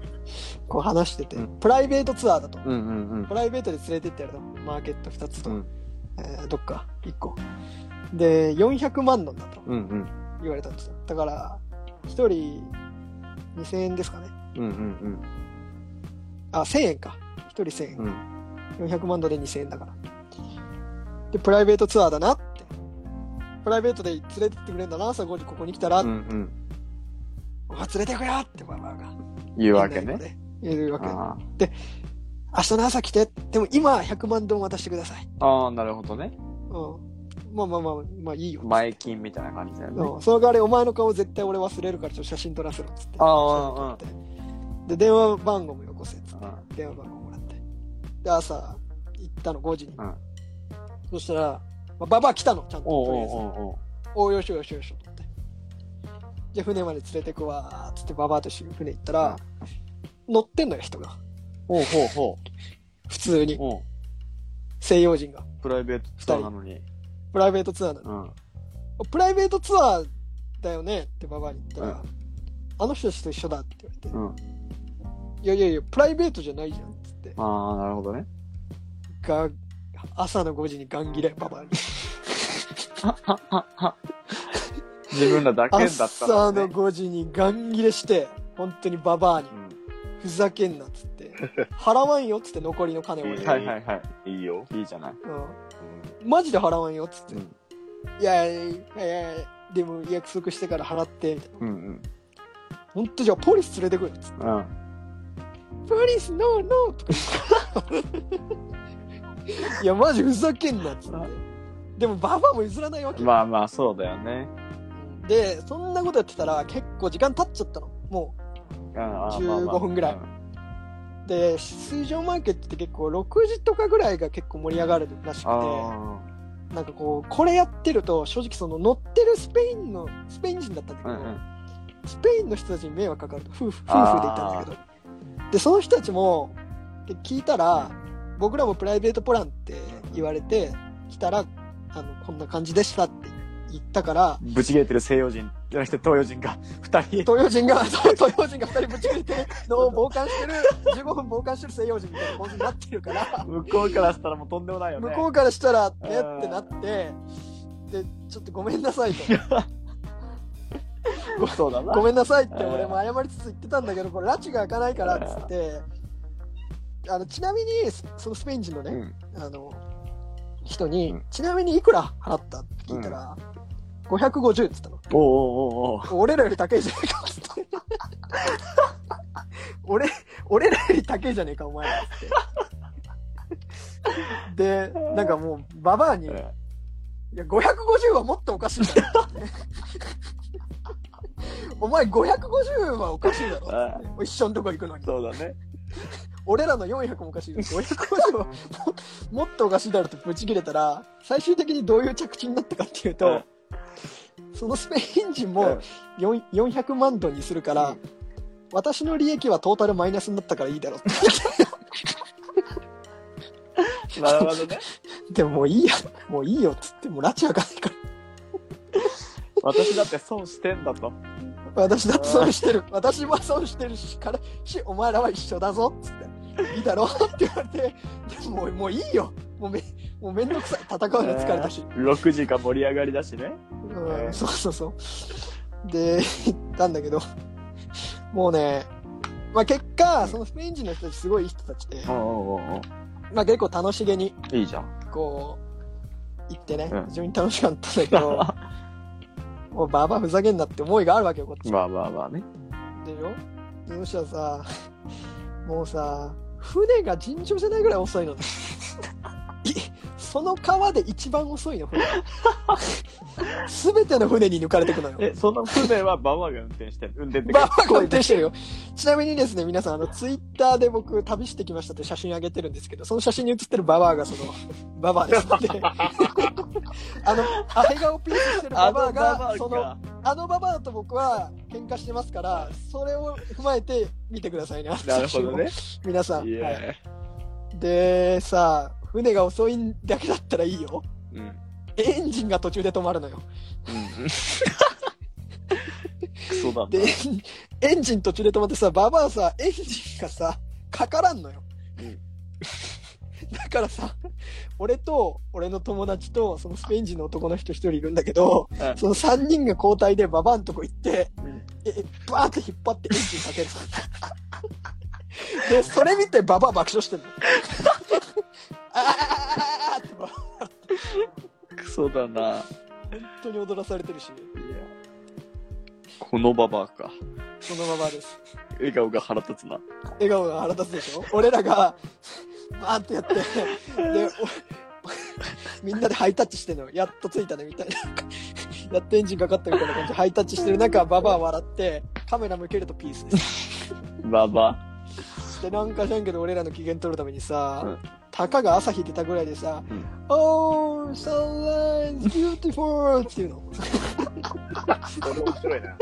[SPEAKER 2] こう話してて、
[SPEAKER 4] うん
[SPEAKER 2] プライベートツアーだと、
[SPEAKER 4] うんうんうん。
[SPEAKER 2] プライベートで連れてってやるとマーケット2つと、
[SPEAKER 4] うん
[SPEAKER 2] えーどっか1個で400万なんだと
[SPEAKER 4] うんうん。
[SPEAKER 2] 言われたんですよだから1人2000円ですかね
[SPEAKER 4] うんうん
[SPEAKER 2] あ1000円か1人1000円
[SPEAKER 4] うん。うん。
[SPEAKER 2] 400万ドルで2000円だから。で、プライベートツアーだなって。プライベートで連れてってくれるんだな、朝5時ここに来たら、
[SPEAKER 4] う
[SPEAKER 2] うんわ
[SPEAKER 4] うん。
[SPEAKER 2] 連れてくよってママが。
[SPEAKER 4] 言うわけ
[SPEAKER 2] みんな
[SPEAKER 4] ね
[SPEAKER 2] に。ね。言うわけ。
[SPEAKER 4] あ
[SPEAKER 2] 明日の朝来て、でも今100万ドル渡してください。
[SPEAKER 4] あああ、なるほどね。
[SPEAKER 2] うん。まあまあまあ、まあいいよ。
[SPEAKER 4] 前金みたいな感じだよね。
[SPEAKER 2] うん、その代わりお前の顔絶対俺忘れるからちょっと写真撮らせろっつって。
[SPEAKER 4] ああああ
[SPEAKER 2] そういうの撮ってで、電話番号もよこせっつって
[SPEAKER 4] あ
[SPEAKER 2] 電話番号もらって。で、朝行ったの5時に。
[SPEAKER 4] うん
[SPEAKER 2] そしたら、まあ、ババア来たの、ちゃんと。
[SPEAKER 4] おう
[SPEAKER 2] とりあえず
[SPEAKER 4] おうおうおう
[SPEAKER 2] おおよしよしよしと思ってじゃあ船まで連れてくわーっつってババアと一緒に船行ったら乗ってんのよ人が
[SPEAKER 4] ほうほうほ
[SPEAKER 2] 普通に
[SPEAKER 4] う。おう
[SPEAKER 2] 西洋人が
[SPEAKER 4] プライベートツアーなのに。
[SPEAKER 2] プライベートツアーなの
[SPEAKER 4] うん。
[SPEAKER 2] プライベートツアーだよねってババアに言ったら、
[SPEAKER 4] う
[SPEAKER 2] あの人たちと一緒だって言
[SPEAKER 4] う
[SPEAKER 2] わ
[SPEAKER 4] ん
[SPEAKER 2] れて、いやいやいやプライベートじゃないじゃんっつって
[SPEAKER 4] ああ、なるほど ね。
[SPEAKER 2] が朝の5時にガン切れババアに
[SPEAKER 4] 自分らだけだった
[SPEAKER 2] 朝
[SPEAKER 4] ら
[SPEAKER 2] の
[SPEAKER 4] ね。
[SPEAKER 2] 5時にガン切れして本当にババアに
[SPEAKER 4] うん
[SPEAKER 2] ふざけんなっつって払わんよっつって残りの金を俺、
[SPEAKER 3] うん
[SPEAKER 4] はいはいはい
[SPEAKER 3] いいよ。
[SPEAKER 4] いいじゃない
[SPEAKER 2] うん、マジで払わんよっつって、
[SPEAKER 4] うん
[SPEAKER 2] いやいやいやいやでも約束してから払ってみたいな
[SPEAKER 4] うんうん
[SPEAKER 2] 本当じゃあポリス連れてくるっつって
[SPEAKER 4] うん
[SPEAKER 2] ポリスノーノーとか言って いやマジふざけんなっつってでもババアも譲らないわけ、
[SPEAKER 4] まあまあそうだよね
[SPEAKER 2] でそんなことやってたら結構時間経っちゃったのも15
[SPEAKER 4] 15
[SPEAKER 2] 分ぐらいいうで水上マーケットって結構6時とかぐらいが結構盛り上がるらしくて
[SPEAKER 4] あ
[SPEAKER 2] なんかこうこれやってると正直その乗ってるスペインのスペイン人だったんだけ
[SPEAKER 4] あ
[SPEAKER 2] ど、
[SPEAKER 4] うんうん
[SPEAKER 2] スペインの人たちに迷惑かかると夫婦夫婦で
[SPEAKER 4] あー
[SPEAKER 2] 行ったんだけどでその人たちもで聞いたら僕らもプライベートプランって言われて来たらあのこんな感じでしたって言ったから
[SPEAKER 4] ぶち切れてる西洋人じゃなくて東洋人が2人
[SPEAKER 2] 東洋人が そう東洋人が2人ぶち抜いてのを傍観してる15分傍観してる西洋人みたいな感じになって るから。
[SPEAKER 4] 向こうからしたらもうとんでもないよね
[SPEAKER 2] 向こうからしたらね
[SPEAKER 4] あー
[SPEAKER 2] ってなってでちょっとごめんなさいと
[SPEAKER 4] うそうだな
[SPEAKER 2] ごめんなさいって
[SPEAKER 4] あー
[SPEAKER 2] 俺も謝りつつ言ってたんだけどこれ拉致が開かないからっつってあのちなみにそそのスペイン人のね、あの人に、
[SPEAKER 4] うん
[SPEAKER 2] ちなみにいくら払ったって聞いたら、550って言ったの
[SPEAKER 4] おおうおうおう
[SPEAKER 2] 俺らより高いじゃねえかっつって俺俺らより高いじゃねえかお前らっつってでなんかもうババアに
[SPEAKER 4] う
[SPEAKER 2] い
[SPEAKER 4] ん
[SPEAKER 2] や、550はもっとおかしいだ ろ。お前550はおかしいだ
[SPEAKER 4] あ
[SPEAKER 2] ろ。一緒のとこ行くのに。
[SPEAKER 4] そうだね
[SPEAKER 2] 俺らの400もおかしいだろ。550はももっとおかしいだろってブチ切れたら、最終的にどういう着地になったかっていうと、そのスペイン人も4 400万ドルにするから、私の利益はトータルマイナスになったからいいだろって。
[SPEAKER 4] うんなるほどね
[SPEAKER 2] でももういいや、もういいよっつって、もう拉致開かないから。
[SPEAKER 4] 私だって損してんだと
[SPEAKER 2] 私だって損してる私は損してるしからしお前らは一緒だぞっつっていいだろうって言われてでももうもういいよもうめもうめんどくさい戦うの疲れたし、
[SPEAKER 4] 6時が盛り上がりだしねー
[SPEAKER 2] うん、そうそうそうで行ったんだけどもうねまあ結果そのスペイン人の人たちすごいいい人たちで、
[SPEAKER 4] おおおお
[SPEAKER 2] まあ、結構楽しげに
[SPEAKER 4] いいじゃ ん
[SPEAKER 2] こう行ってね
[SPEAKER 4] うん
[SPEAKER 2] 非常に楽しかったんだけ どもうババアふざけんなって思いがあるわけよこっちは
[SPEAKER 4] まあまあまあね
[SPEAKER 2] でしょそしたらさ、もうさ、船が尋常じゃないぐらい遅い のね。いその川で一番遅いの、船。すべての船に抜かれてくのよ。
[SPEAKER 4] えその船はババアが運転してる運転って
[SPEAKER 2] バ
[SPEAKER 4] か
[SPEAKER 2] ーが運転してるよ。ちなみにですね、皆さん、あの、ツイッターで僕、旅してきましたって写真上げてるんですけど、その写真に写ってるババアがその、ババアですって。 あの、アヘ顔ピースしてるババアが、その、あのババアと僕は喧嘩してますから、それを踏まえて見てくださいね。
[SPEAKER 4] なるほどね。
[SPEAKER 2] 皆さん。
[SPEAKER 4] い
[SPEAKER 2] はい
[SPEAKER 4] や
[SPEAKER 2] で、さあ、船が遅いだけだったらいいよ。
[SPEAKER 4] うんうん
[SPEAKER 2] エンジンが途中で止まるのよ。
[SPEAKER 4] クソだ
[SPEAKER 2] で
[SPEAKER 4] な、
[SPEAKER 2] エンジン途中で止まってさ、ババアさ、エンジンがさ、かからんのよ。
[SPEAKER 4] うん
[SPEAKER 2] だからさ、俺と、俺の友達と、そのスペイン人の男の人一人いるんだけど、
[SPEAKER 4] うん
[SPEAKER 2] その三人が交代でババアのとこ行って、
[SPEAKER 4] うん
[SPEAKER 2] ええバーって引っ張ってエンジンかける。 で、それ見てババア爆笑してんの。ああああああってババア
[SPEAKER 4] クソだないや
[SPEAKER 2] 本当に踊らされてるし、
[SPEAKER 4] このババアか
[SPEAKER 2] そのままです。
[SPEAKER 4] 笑顔が腹立つな
[SPEAKER 2] 笑顔が腹立つでしょ俺らが、バーンってやって、で、おみんなでハイタッチしてんの。やっと着いたね、みたいな。やっとエンジンかかったみたいな感じでハイタッチしてる中、ババア笑って、カメラ向けるとピースです。
[SPEAKER 4] ババ
[SPEAKER 2] で、なんか知らんけど、俺らの機嫌取るためにさ、
[SPEAKER 4] うん
[SPEAKER 2] たかが朝日出たぐらいでさ、
[SPEAKER 4] うん
[SPEAKER 2] Oh, sunline's beautiful! っていうの。
[SPEAKER 3] これ面白いな。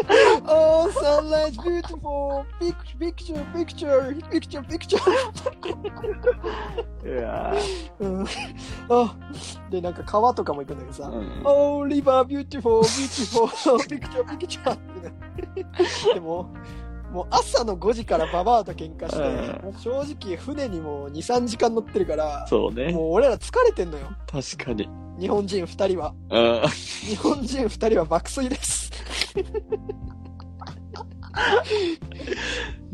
[SPEAKER 2] Oh, sunlight's beautiful! Picture, picture, picture, picture, picture!
[SPEAKER 4] アいやー
[SPEAKER 2] うんあでなんか川とかも行くんだけどさ
[SPEAKER 4] う
[SPEAKER 2] 「
[SPEAKER 4] ん
[SPEAKER 2] おーリバービューティフォービ ューティフォーピクチャーピクチャー」ってねでももう朝の5時からババアと喧嘩して、
[SPEAKER 4] う
[SPEAKER 2] 正直船にもう23時間乗ってるから
[SPEAKER 4] そうね
[SPEAKER 2] もう俺ら疲れてんのよ
[SPEAKER 4] 確かに
[SPEAKER 2] 日本人2人は
[SPEAKER 4] うん
[SPEAKER 2] 日本人2人は爆睡です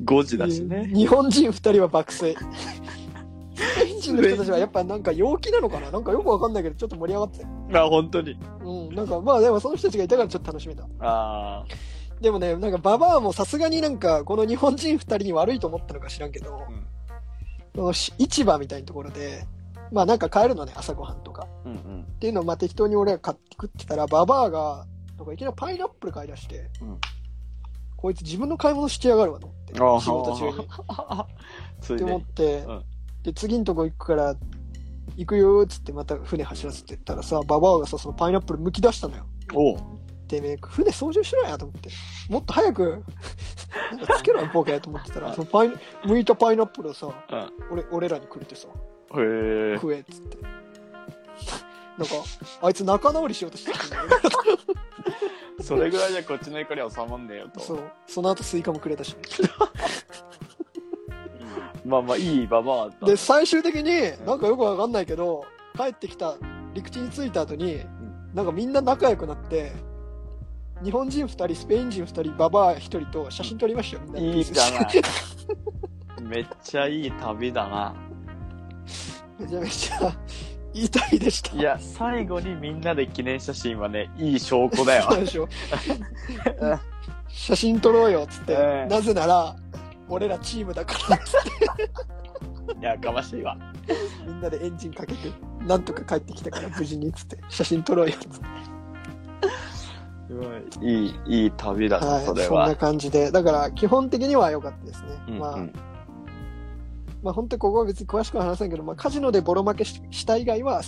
[SPEAKER 4] 5時だしね。
[SPEAKER 2] 日本人2人は爆睡。スペイン人の人たちはやっぱなんか陽気なのかななんかよくわかんないけど、ちょっと盛り上がってたよ
[SPEAKER 4] まあ本当に。
[SPEAKER 2] うん、なんかまあでもその人たちがいたからちょっと楽しめた。
[SPEAKER 4] あ
[SPEAKER 2] でもね、なんかババアもさすがになんかこの日本人2人に悪いと思ったのか知らんけど、
[SPEAKER 4] うん
[SPEAKER 2] そのし市場みたいなところで、まあなんか買えるのね、朝ごはんとか。
[SPEAKER 4] あ。うんうん。
[SPEAKER 2] っていうのをまあ適当に俺が買って食ってたら、ババアが、なんかいきなりパイナップル買い出して、
[SPEAKER 4] うん
[SPEAKER 2] こいつ自分の買い物してやがるわと思って、
[SPEAKER 4] ああ
[SPEAKER 2] 仕事中に。
[SPEAKER 4] つ
[SPEAKER 2] っ
[SPEAKER 4] い
[SPEAKER 2] て思っ
[SPEAKER 4] ね。
[SPEAKER 2] て、
[SPEAKER 4] ん
[SPEAKER 2] で次のとこ行くから行くよーっつってまた船走らせてったらさババアがさそのパイナップル剥き出したのよ
[SPEAKER 4] おう。
[SPEAKER 2] てめえ船操縦しろやと思ってもっと早く なんかつけろよボケと思ってたらそのパイ剥いたパイナップルをさ
[SPEAKER 4] う
[SPEAKER 2] 俺俺らにくれてさ
[SPEAKER 4] ん。へえ。
[SPEAKER 2] 食えっつってなんかあいつ仲直りしようとしてたんだよ
[SPEAKER 4] それぐらいじゃこっちの怒りは収まんねえよ
[SPEAKER 2] そ
[SPEAKER 4] と。
[SPEAKER 2] うその後スイカもくれ たし
[SPEAKER 4] まあまあいいババアだった。
[SPEAKER 2] で最終的になんかよくわかんないけど帰ってきた陸地に着いた後に、なんかみんな仲良くなって日本人2人スペイン人2人ババア1人と写真撮りましたよみんなで
[SPEAKER 4] いいじゃない めっちゃいい旅だな。
[SPEAKER 2] めちゃめちゃいい旅でした
[SPEAKER 4] いや、最後にみんなで記念写真はね、いい証拠だよ
[SPEAKER 2] そ。うでしょ写真撮ろうよっつって、
[SPEAKER 4] ええ
[SPEAKER 2] なぜなら俺らチームだからっつって
[SPEAKER 4] やかましいわ。
[SPEAKER 2] みんなでエンジンかけてなんとか帰ってきたから無事にっつって写真撮ろうよっ つって
[SPEAKER 4] いい、いい旅だな、
[SPEAKER 2] はい
[SPEAKER 4] それ
[SPEAKER 2] んな
[SPEAKER 4] は。
[SPEAKER 2] 感じでだから基本的には良かったですね、
[SPEAKER 4] うん
[SPEAKER 2] まあ
[SPEAKER 4] うん
[SPEAKER 2] まあ本当にここは別に詳しくは話せんけど、まあ、カジノでボロ負けしした以外は、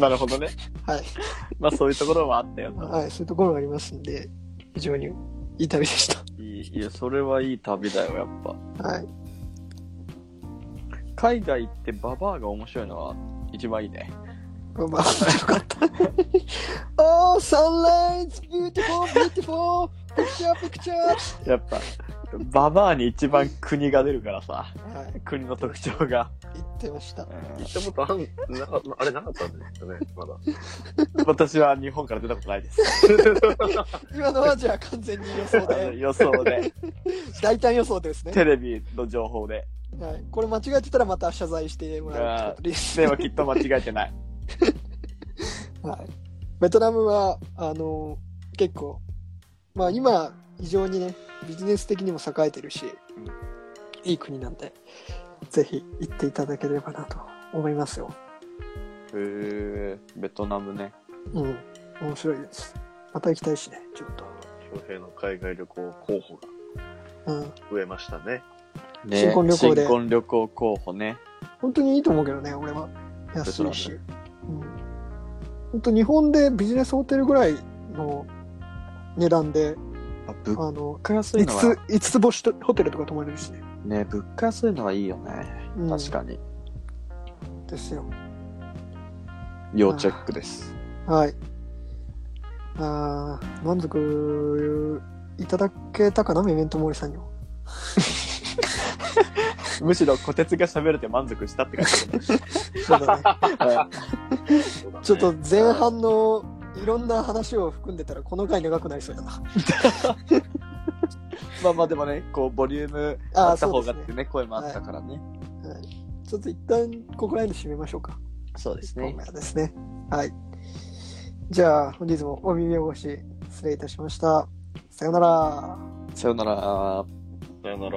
[SPEAKER 4] なるほどね。
[SPEAKER 2] はい、
[SPEAKER 4] まあそういうところもあったよな。
[SPEAKER 2] はい、そういうところがありますんで、非常にいい旅でし
[SPEAKER 4] いい、いや、それはいい旅だよ、やっぱ。
[SPEAKER 2] た。はい。
[SPEAKER 4] 海外行ってババアが面白いのは一番いいね。
[SPEAKER 2] まあ、よかった。oh, sunlights, beautiful, beautiful, picture, picture!
[SPEAKER 4] やっぱ、ババアに一番国が出るからさ、
[SPEAKER 2] はい、
[SPEAKER 4] 国の特徴が。
[SPEAKER 2] 言ってました。
[SPEAKER 3] 行ったことあんなかあれなかったんですよね、まだ。
[SPEAKER 4] 私は日本から出たことないです。
[SPEAKER 2] 今のはじゃあ完全に予想
[SPEAKER 4] あの
[SPEAKER 2] で、
[SPEAKER 4] 予想 で、
[SPEAKER 2] 大胆予想ですね。
[SPEAKER 4] テレビの情報で。
[SPEAKER 2] はい、これ間違えてたらまた謝罪してもらうってことです。
[SPEAKER 4] でもきっと間違えてない。
[SPEAKER 2] はい、ベトナムはあの結構、まあ、今非常にねビジネス的にも栄えてるし、いい国なんでぜひ行っていただければなと思いますよ、
[SPEAKER 4] へえ、ベトナムね。
[SPEAKER 2] うん、面白いですまた行きたいしねちょっ
[SPEAKER 3] 翔平の海外旅行候補が
[SPEAKER 2] と、うん、
[SPEAKER 3] 増えましたね。
[SPEAKER 4] ね
[SPEAKER 2] 新婚旅行で
[SPEAKER 4] 新婚旅行候補ね。
[SPEAKER 2] 本当にいいと思うけどね俺は安いし、
[SPEAKER 4] ベ
[SPEAKER 2] うん、本当日本でビジネスホテルぐらいの値段で
[SPEAKER 4] あ物
[SPEAKER 2] あの
[SPEAKER 4] 価安い
[SPEAKER 2] 5
[SPEAKER 4] の
[SPEAKER 2] つ
[SPEAKER 4] は、
[SPEAKER 2] 5つ星とホテルとか泊まれるしね、
[SPEAKER 4] ね、物価安いのはいいよね。
[SPEAKER 2] うん、
[SPEAKER 4] 確かに。
[SPEAKER 2] ですよ
[SPEAKER 4] 要チェックです。
[SPEAKER 2] はい。あー満足いただけたかな、メメントモリさんにも。
[SPEAKER 4] むしろ、小鉄が喋れて満足したって感 じ。
[SPEAKER 2] そう だね。
[SPEAKER 3] そうだね
[SPEAKER 2] ちょっと前半のいろんな話を含んでたら、この回長くなりそうだな。
[SPEAKER 4] まあまあでもね、こう、ボリュームあった方がってね、声もあったからね。
[SPEAKER 2] ちょっと一旦ここら辺で締めましょうか。
[SPEAKER 4] そうです
[SPEAKER 2] 今回はですね。はい。じゃあ、本日もお耳汚し、失礼いたしました。さようなら。
[SPEAKER 4] さよなら。
[SPEAKER 3] さよなら。